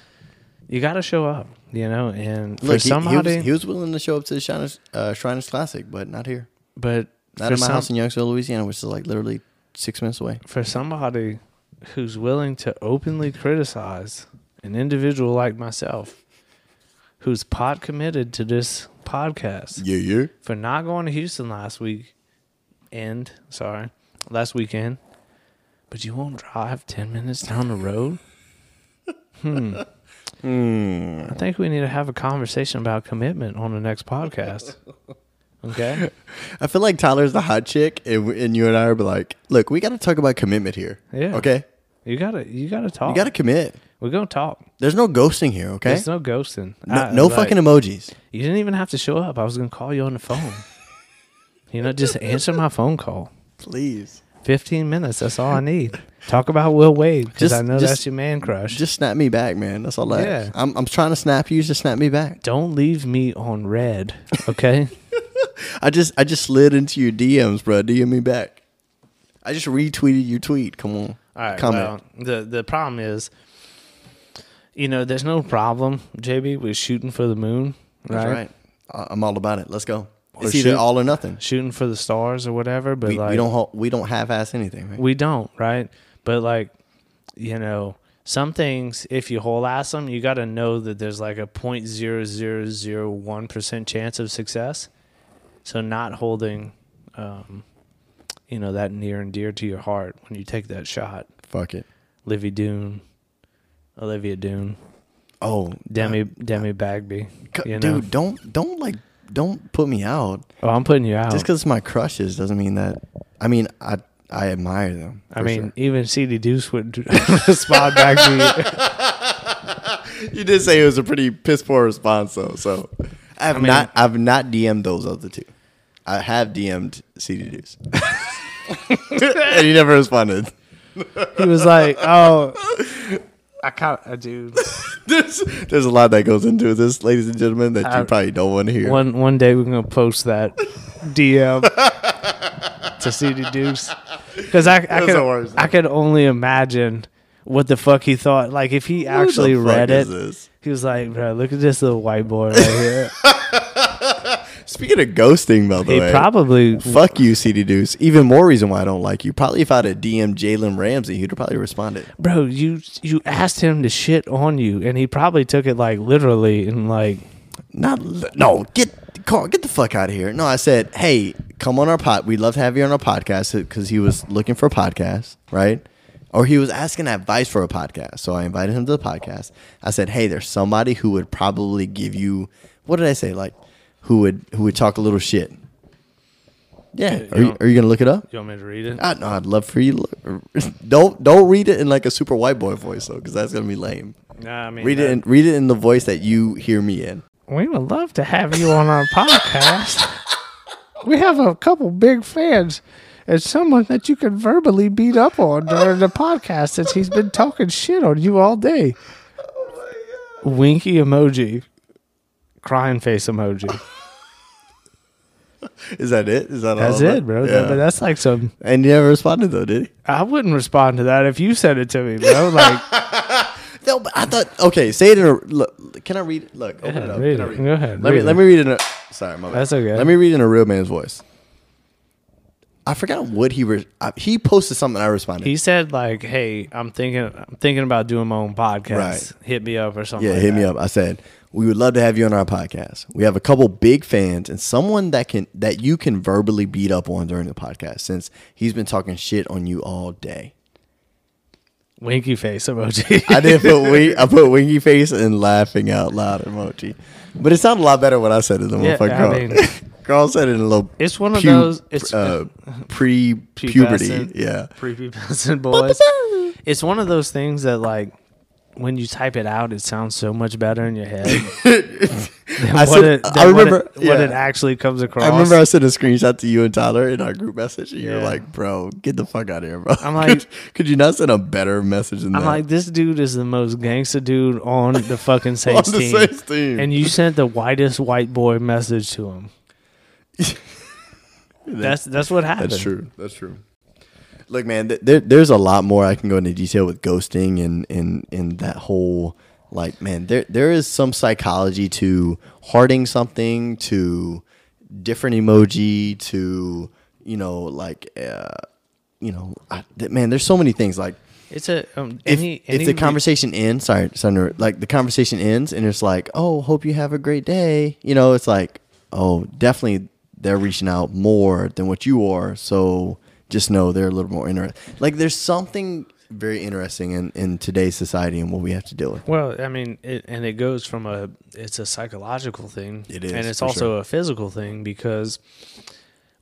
[SPEAKER 1] you got to show up you know and for
[SPEAKER 2] Look, he-
[SPEAKER 1] somebody
[SPEAKER 2] he, was, he was willing to show up to the Shriners, uh, Shriners Classic, but not here.
[SPEAKER 1] but
[SPEAKER 2] Not
[SPEAKER 1] for
[SPEAKER 2] at my
[SPEAKER 1] some-
[SPEAKER 2] house in Youngsville, Louisiana, which is like literally six minutes away.
[SPEAKER 1] for somebody who's willing to openly criticize an individual like myself who's pot committed to this podcast
[SPEAKER 2] Yeah, yeah.
[SPEAKER 1] for not going to Houston last week and sorry last weekend but you won't drive 10 minutes down the road hmm I think we need to have a conversation about commitment on the next
[SPEAKER 2] <laughs>
[SPEAKER 1] podcast okay
[SPEAKER 2] I feel like Tyler's the hot chick, and, we- and you and I are like, look, we got to talk about commitment here.
[SPEAKER 1] Yeah.
[SPEAKER 2] Okay.
[SPEAKER 1] you gotta you gotta talk
[SPEAKER 2] You got to commit.
[SPEAKER 1] we're gonna talk
[SPEAKER 2] There's no ghosting here. Okay.
[SPEAKER 1] there's no ghosting
[SPEAKER 2] no
[SPEAKER 1] I-
[SPEAKER 2] no
[SPEAKER 1] like-
[SPEAKER 2] fucking emojis.
[SPEAKER 1] You didn't even have to show up. I was going to call you on the phone. you know, just answer my phone call.
[SPEAKER 2] Please.
[SPEAKER 1] 15 minutes. That's all I need. Talk about Will Wade because
[SPEAKER 2] Just-
[SPEAKER 1] I know
[SPEAKER 2] just-
[SPEAKER 1] that's your man crush.
[SPEAKER 2] Just snap me back, man. That's all I
[SPEAKER 1] Yeah.
[SPEAKER 2] ask. I'm, I'm trying to snap you. Just snap me back.
[SPEAKER 1] Don't leave me on red, okay? <laughs>
[SPEAKER 2] I just I just slid into your DMs, bro. DM me back. I just retweeted your tweet. Come on.
[SPEAKER 1] All right.
[SPEAKER 2] Comment.
[SPEAKER 1] Well, the the problem is, you know, there's no problem, JB, with shooting for the moon,
[SPEAKER 2] That's
[SPEAKER 1] right?
[SPEAKER 2] right. I- I'm all about it. Let's go.
[SPEAKER 1] Or
[SPEAKER 2] It's either
[SPEAKER 1] shoot.
[SPEAKER 2] all or nothing.
[SPEAKER 1] Shooting for the stars or whatever, but
[SPEAKER 2] We,
[SPEAKER 1] like
[SPEAKER 2] we don't ha- we don't half ass anything. Right?
[SPEAKER 1] we don't, right? But like, you know, some things if you whole ass them, you got to know that there's like a point zero zero zero one percent chance of success. So not holding, um, you know, that near and dear to your heart when you take that shot,
[SPEAKER 2] Fuck it.
[SPEAKER 1] Livy Dune, Olivia Dune.
[SPEAKER 2] Oh,
[SPEAKER 1] Demi Demi Bagby.
[SPEAKER 2] c-
[SPEAKER 1] You
[SPEAKER 2] dude,
[SPEAKER 1] know?
[SPEAKER 2] don't don't like don't put me out.
[SPEAKER 1] Oh, I'm putting you out.
[SPEAKER 2] Just because my crushes doesn't mean that. I mean, I I admire them.
[SPEAKER 1] I
[SPEAKER 2] for
[SPEAKER 1] mean,
[SPEAKER 2] sure.
[SPEAKER 1] even CD Deuce would <laughs> respond back to you.
[SPEAKER 2] you did say it was a pretty piss poor response though. So I have
[SPEAKER 1] mean-
[SPEAKER 2] not I've not DM'd those other two. I have DM'd CD Deuce, <laughs> and he never responded.
[SPEAKER 1] He was like, "Oh, I can't, I do."
[SPEAKER 2] There's there's a lot that goes into this, ladies and gentlemen, that
[SPEAKER 1] I-
[SPEAKER 2] you probably don't want to hear.
[SPEAKER 1] One one day we're gonna post that
[SPEAKER 2] <laughs>
[SPEAKER 1] DM to CD Deuce because I I
[SPEAKER 2] was the
[SPEAKER 1] could
[SPEAKER 2] worst.
[SPEAKER 1] I could only imagine what the fuck he thought. Like if he actually
[SPEAKER 2] fuck
[SPEAKER 1] read
[SPEAKER 2] is
[SPEAKER 1] it,
[SPEAKER 2] this?
[SPEAKER 1] he was like, "Bro, look at this little white boy right
[SPEAKER 2] <laughs>
[SPEAKER 1] here."
[SPEAKER 2] Speaking of ghosting, by the
[SPEAKER 1] he
[SPEAKER 2] way,
[SPEAKER 1] probably
[SPEAKER 2] fuck you, CD Deuce. Even more reason why I don't like you. Probably if I'd have DM'd Jalen Ramsey, he'd have probably responded.
[SPEAKER 1] bro you you asked him to shit on you and he probably took it like literally and like
[SPEAKER 2] Not li- no, get Carl, get the fuck out of here. No, I said, hey, come on our pod. We'd love to have you on our podcast because he was looking for a podcast, right? Or he was asking advice for a podcast. So I invited him to the podcast. I said, hey, there's somebody who would probably give you what did I say? Like, who would who would talk a little shit? Yeah. Are you, are you gonna look it up?
[SPEAKER 1] you want me to read
[SPEAKER 2] <laughs>
[SPEAKER 1] it
[SPEAKER 2] I know. I'd love for you. To look, <laughs> don't don't read it in like a super white boy voice though, because that's gonna be lame.
[SPEAKER 1] nah, I mean,
[SPEAKER 2] Read it.
[SPEAKER 1] uh,
[SPEAKER 2] In, read it in the voice that you hear me in.
[SPEAKER 1] we would love to have you on our podcast <laughs> we have a couple big fans and someone that you can verbally beat up on during the podcast since he's been talking shit on you all day winky emoji crying face emoji
[SPEAKER 2] Is that it? Is that all?
[SPEAKER 1] that's
[SPEAKER 2] of
[SPEAKER 1] it bro
[SPEAKER 2] Yeah.
[SPEAKER 1] But that's like some
[SPEAKER 2] and he never responded though, did he?
[SPEAKER 1] i wouldn't respond to that if you said it to me bro <laughs>
[SPEAKER 2] <laughs>
[SPEAKER 1] like
[SPEAKER 2] No, but I thought. Okay, say it in a. Look, can I read? it? Look, open
[SPEAKER 1] Yeah,
[SPEAKER 2] it up.
[SPEAKER 1] read
[SPEAKER 2] Can I
[SPEAKER 1] it. Go ahead,
[SPEAKER 2] Let
[SPEAKER 1] read
[SPEAKER 2] me
[SPEAKER 1] it.
[SPEAKER 2] let me read it in a. Sorry, my bad.
[SPEAKER 1] That's okay.
[SPEAKER 2] Let me read it in a real man's voice. I forgot what he re- I, he posted something. I responded.
[SPEAKER 1] He said like, "Hey, I'm thinking, I'm thinking about doing my own podcast.
[SPEAKER 2] Right.
[SPEAKER 1] Hit me up or something."
[SPEAKER 2] Yeah,
[SPEAKER 1] like
[SPEAKER 2] hit me
[SPEAKER 1] that.
[SPEAKER 2] up. I said we would love to have you on our podcast. We have a couple big fans and someone that can that you can verbally beat up on during the podcast since he's been talking shit on you all day.
[SPEAKER 1] Winky face emoji. <laughs>
[SPEAKER 2] I did put wing, I put winky face and laughing out loud emoji, but it sounded a lot better when I said it than
[SPEAKER 1] Yeah,
[SPEAKER 2] what fuck
[SPEAKER 1] I
[SPEAKER 2] Carl.
[SPEAKER 1] mean-
[SPEAKER 2] <laughs> Carl said it in a little.
[SPEAKER 1] It's one of
[SPEAKER 2] pu-
[SPEAKER 1] those- it's-
[SPEAKER 2] uh, pre puberty.
[SPEAKER 1] Pubescent.
[SPEAKER 2] Yeah,
[SPEAKER 1] Prepubescent boys. it's one of those things that like, when you type it out, it sounds so much better in your head. than
[SPEAKER 2] <laughs> I
[SPEAKER 1] what
[SPEAKER 2] said-
[SPEAKER 1] it,
[SPEAKER 2] I
[SPEAKER 1] than what it-
[SPEAKER 2] remember-
[SPEAKER 1] what it,
[SPEAKER 2] yeah.
[SPEAKER 1] actually comes across.
[SPEAKER 2] I remember I sent a screenshot to you and Tyler in our group message, and you're
[SPEAKER 1] Yeah.
[SPEAKER 2] like, "Bro, get the fuck out of here, bro."
[SPEAKER 1] I'm like-
[SPEAKER 2] <laughs> could, you not send a better message than
[SPEAKER 1] I'm
[SPEAKER 2] that? <laughs>
[SPEAKER 1] like, this dude is the most gangsta dude on the fucking Saints
[SPEAKER 2] the
[SPEAKER 1] team.
[SPEAKER 2] Saints team.
[SPEAKER 1] And you sent the whitest white boy message to
[SPEAKER 2] <laughs>
[SPEAKER 1] him. that's that's what happened.
[SPEAKER 2] That's true. That's true. Look, man, th- there, there's a lot more I can go into detail with ghosting and and and that whole like, man, there there is some psychology to hearting something, to different emoji, to you know, like, uh, you know, I, th- man, there's so many things like.
[SPEAKER 1] It's a um,
[SPEAKER 2] If,
[SPEAKER 1] any,
[SPEAKER 2] if
[SPEAKER 1] any
[SPEAKER 2] the
[SPEAKER 1] re-
[SPEAKER 2] conversation ends, sorry, Senator, like the conversation ends and it's like, oh, hope you have a great day. You know, it's like, oh, definitely they're reaching out more than what you are. So just know they're a little more interested. Like there's something very interesting in, in today's society and what we have to deal with.
[SPEAKER 1] Well, I mean, it, and it goes from a it's a psychological thing.
[SPEAKER 2] It is,
[SPEAKER 1] and it's
[SPEAKER 2] for
[SPEAKER 1] also
[SPEAKER 2] sure.
[SPEAKER 1] a physical thing because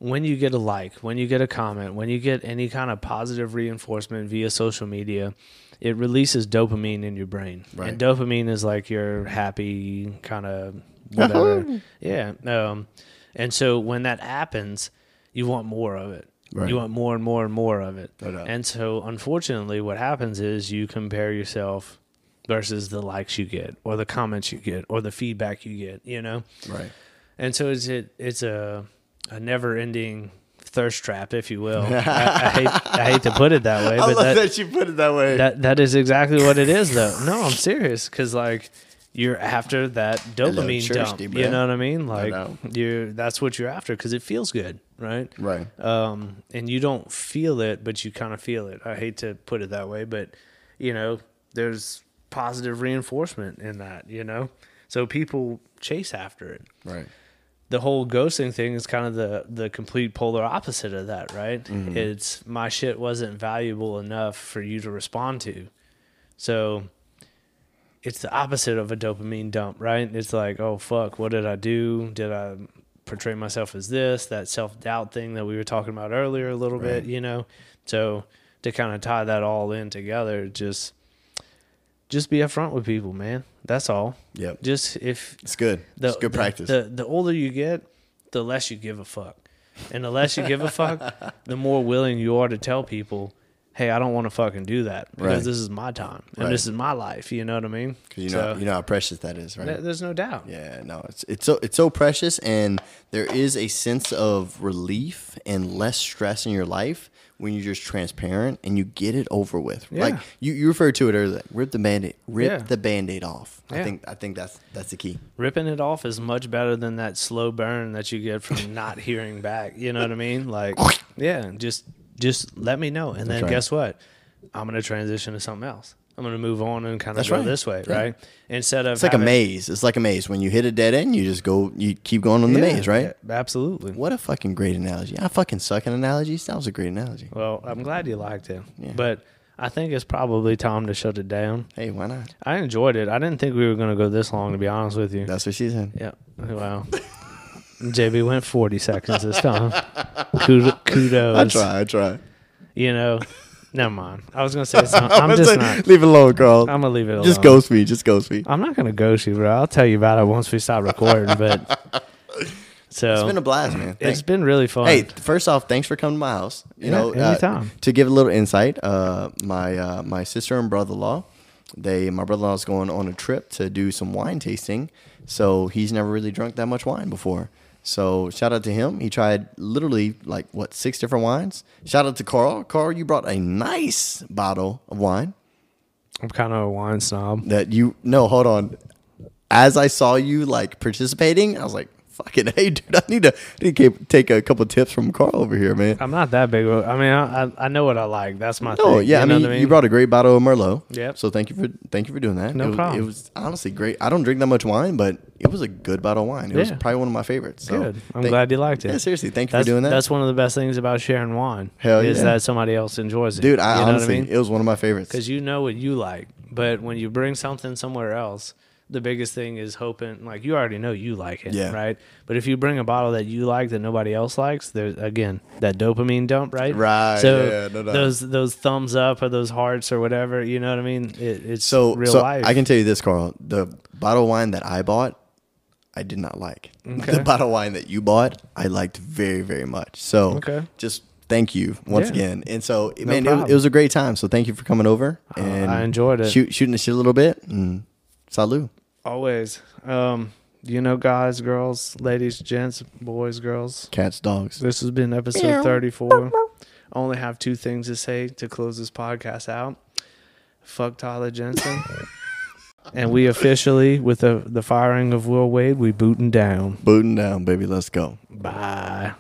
[SPEAKER 1] when you get a like, when you get a comment, when you get any kind of positive reinforcement via social media, it releases dopamine in your brain,
[SPEAKER 2] Right.
[SPEAKER 1] and dopamine is like your happy kind of
[SPEAKER 2] <laughs>
[SPEAKER 1] whatever. yeah. Um, and so when that happens, you want more of it.
[SPEAKER 2] Right.
[SPEAKER 1] You want more and more and more of it.
[SPEAKER 2] No doubt.
[SPEAKER 1] And so, unfortunately, what happens is you compare yourself versus the likes you get, or the comments you get, or the feedback you get. You know,
[SPEAKER 2] Right.
[SPEAKER 1] and so it's it it's a a never ending thirst trap, if you
[SPEAKER 2] <laughs>
[SPEAKER 1] will. I, I, hate, I hate to put it that way,
[SPEAKER 2] I
[SPEAKER 1] but
[SPEAKER 2] love that,
[SPEAKER 1] that,
[SPEAKER 2] you put it that way.
[SPEAKER 1] that that is exactly what it is, though. No, I'm serious because like you're after that dopamine
[SPEAKER 2] thirsty,
[SPEAKER 1] dump.
[SPEAKER 2] bro.
[SPEAKER 1] You know what I mean? Like
[SPEAKER 2] know.
[SPEAKER 1] you, that's what you're after because it feels good, right?
[SPEAKER 2] right.
[SPEAKER 1] um, and you don't feel it, but you kind of feel it. I hate to put it that way, but you know, there's positive reinforcement in that, you know, so people chase after it.
[SPEAKER 2] Right.
[SPEAKER 1] The whole ghosting thing is kind of the the complete polar opposite of that, right? It's my shit wasn't valuable enough for you to respond to, so it's the opposite of a dopamine dump, right? It's like, oh fuck, what did I do? Did I portray myself as this? That self doubt thing that we were talking about earlier a little bit, you know? So to kind of tie that all in together, just just be upfront with people, man. That's all.
[SPEAKER 2] Yep.
[SPEAKER 1] Just if
[SPEAKER 2] It's good.
[SPEAKER 1] the,
[SPEAKER 2] it's good
[SPEAKER 1] the-
[SPEAKER 2] practice.
[SPEAKER 1] The, the older you get, the less you give a fuck, and the less you give a
[SPEAKER 2] <laughs>
[SPEAKER 1] fuck, the more willing you are to tell people, "Hey, I don't want to fucking do that because
[SPEAKER 2] Right.
[SPEAKER 1] this is my time and
[SPEAKER 2] Right.
[SPEAKER 1] this is my life." You know what I mean?
[SPEAKER 2] 'Cause you know
[SPEAKER 1] So,
[SPEAKER 2] you know how precious that is, right?
[SPEAKER 1] th- there's no doubt.
[SPEAKER 2] Yeah, no, it's it's so it's so precious, and there is a sense of relief and less stress in your life when you're just transparent and you get it over with. Like
[SPEAKER 1] Yeah.
[SPEAKER 2] you, you referred to it earlier, like, rip the band-aid, rip
[SPEAKER 1] Yeah.
[SPEAKER 2] the band-aid off. I
[SPEAKER 1] Yeah.
[SPEAKER 2] think I think that's that's the key.
[SPEAKER 1] Ripping it off is much better than that slow burn that you get
[SPEAKER 2] <laughs>
[SPEAKER 1] from not hearing back. You know what I mean? Like, yeah, just just let me know, and then
[SPEAKER 2] right.
[SPEAKER 1] guess what? I'm gonna transition to something else. I'm gonna move on and kind of
[SPEAKER 2] That's
[SPEAKER 1] go
[SPEAKER 2] right.
[SPEAKER 1] this way,
[SPEAKER 2] Yeah.
[SPEAKER 1] right? Instead of
[SPEAKER 2] It's like a
[SPEAKER 1] having-
[SPEAKER 2] maze. It's like a maze. When you hit a dead end, you just go, you keep going on the
[SPEAKER 1] Yeah,
[SPEAKER 2] maze, right?
[SPEAKER 1] yeah, absolutely.
[SPEAKER 2] What a fucking great analogy. I fucking suck at analogies. That was a great analogy.
[SPEAKER 1] Well, I'm glad you liked it. But I think it's probably time to shut it down.
[SPEAKER 2] Hey, why not?
[SPEAKER 1] I enjoyed it. I didn't think we were going to go this long, to be honest with you.
[SPEAKER 2] That's what she said.
[SPEAKER 1] Yeah. Wow. JB went 40 seconds this time. Kudo- Kudos.
[SPEAKER 2] I try. I try.
[SPEAKER 1] You know, never mind. I was going to say
[SPEAKER 2] <laughs>
[SPEAKER 1] something. I'm
[SPEAKER 2] It's
[SPEAKER 1] just
[SPEAKER 2] like,
[SPEAKER 1] not.
[SPEAKER 2] Leave it alone, Carl.
[SPEAKER 1] I'm going to leave it alone.
[SPEAKER 2] just ghost me. Just ghost me.
[SPEAKER 1] I'm not going to ghost you, bro. I'll tell you about it once we stop recording. But
[SPEAKER 2] <laughs>
[SPEAKER 1] so
[SPEAKER 2] It's been a blast, man. Thanks.
[SPEAKER 1] it's been really fun.
[SPEAKER 2] Hey, first off, thanks for coming to my house. You
[SPEAKER 1] Yeah,
[SPEAKER 2] know, uh,
[SPEAKER 1] anytime.
[SPEAKER 2] to give a little insight, uh, my uh, my sister and brother-in-law, they my brother-in-law is going on a trip to do some wine tasting, so he's never really drunk that much wine before. So shout out to him. He tried literally like what six different wines. Shout out to Carl. Carl, you brought a nice bottle of wine
[SPEAKER 1] I'm kind of a wine snob.
[SPEAKER 2] that you no hold on as i saw you like participating i was like fucking <laughs> hey dude i need to, I need to ke- take a couple tips from carl over here man
[SPEAKER 1] I'm not that big. of a- I mean, I, I, I know what I like. That's my thing.
[SPEAKER 2] no Oh, yeah
[SPEAKER 1] You
[SPEAKER 2] I,
[SPEAKER 1] know
[SPEAKER 2] mean,
[SPEAKER 1] what
[SPEAKER 2] you brought a great bottle of merlot
[SPEAKER 1] Yep.
[SPEAKER 2] so thank you for thank you for doing that
[SPEAKER 1] No
[SPEAKER 2] it was,
[SPEAKER 1] problem.
[SPEAKER 2] it was honestly great i don't drink that much wine but it was a good bottle of wine it was
[SPEAKER 1] Yeah.
[SPEAKER 2] probably one of my favorites so
[SPEAKER 1] Good. I'm
[SPEAKER 2] Oh. thank-
[SPEAKER 1] glad you liked it.
[SPEAKER 2] yeah seriously thank you
[SPEAKER 1] That's,
[SPEAKER 2] for doing that
[SPEAKER 1] That's one of the best things about sharing wine.
[SPEAKER 2] Hell
[SPEAKER 1] is
[SPEAKER 2] yeah.
[SPEAKER 1] that somebody else enjoys it.
[SPEAKER 2] dude i
[SPEAKER 1] you
[SPEAKER 2] honestly
[SPEAKER 1] know what I mean?
[SPEAKER 2] it was one of my favorites
[SPEAKER 1] Because you know what you like, but when you bring something somewhere else, the biggest thing is hoping. Like you already know you like it,
[SPEAKER 2] Yeah.
[SPEAKER 1] right? But if you bring a bottle that you like that nobody else likes, there's again that dopamine dump, right?
[SPEAKER 2] Right,
[SPEAKER 1] So
[SPEAKER 2] yeah, no doubt.
[SPEAKER 1] those those thumbs up or those hearts or whatever, you know what I mean? It, it's
[SPEAKER 2] so
[SPEAKER 1] real
[SPEAKER 2] so
[SPEAKER 1] life.
[SPEAKER 2] i can tell you this carl the bottle of wine that i bought i did not like the bottle of wine that you bought i liked very very much so
[SPEAKER 1] Okay.
[SPEAKER 2] just thank you once
[SPEAKER 1] Yeah.
[SPEAKER 2] again and so man it, was-
[SPEAKER 1] problem.
[SPEAKER 2] it was a great time so thank you for coming over and
[SPEAKER 1] I enjoyed it.
[SPEAKER 2] shoot, shooting the shit a little bit and salut
[SPEAKER 1] always. Um, you know, guys, girls, ladies, gents, boys, girls.
[SPEAKER 2] cats dogs
[SPEAKER 1] This has been episode 34. I only have two things to say to close this podcast out. Fuck Tyler Jensen. and we officially, with the, the firing of Will Wade, we booting down.
[SPEAKER 2] booting down baby let's go
[SPEAKER 1] Bye.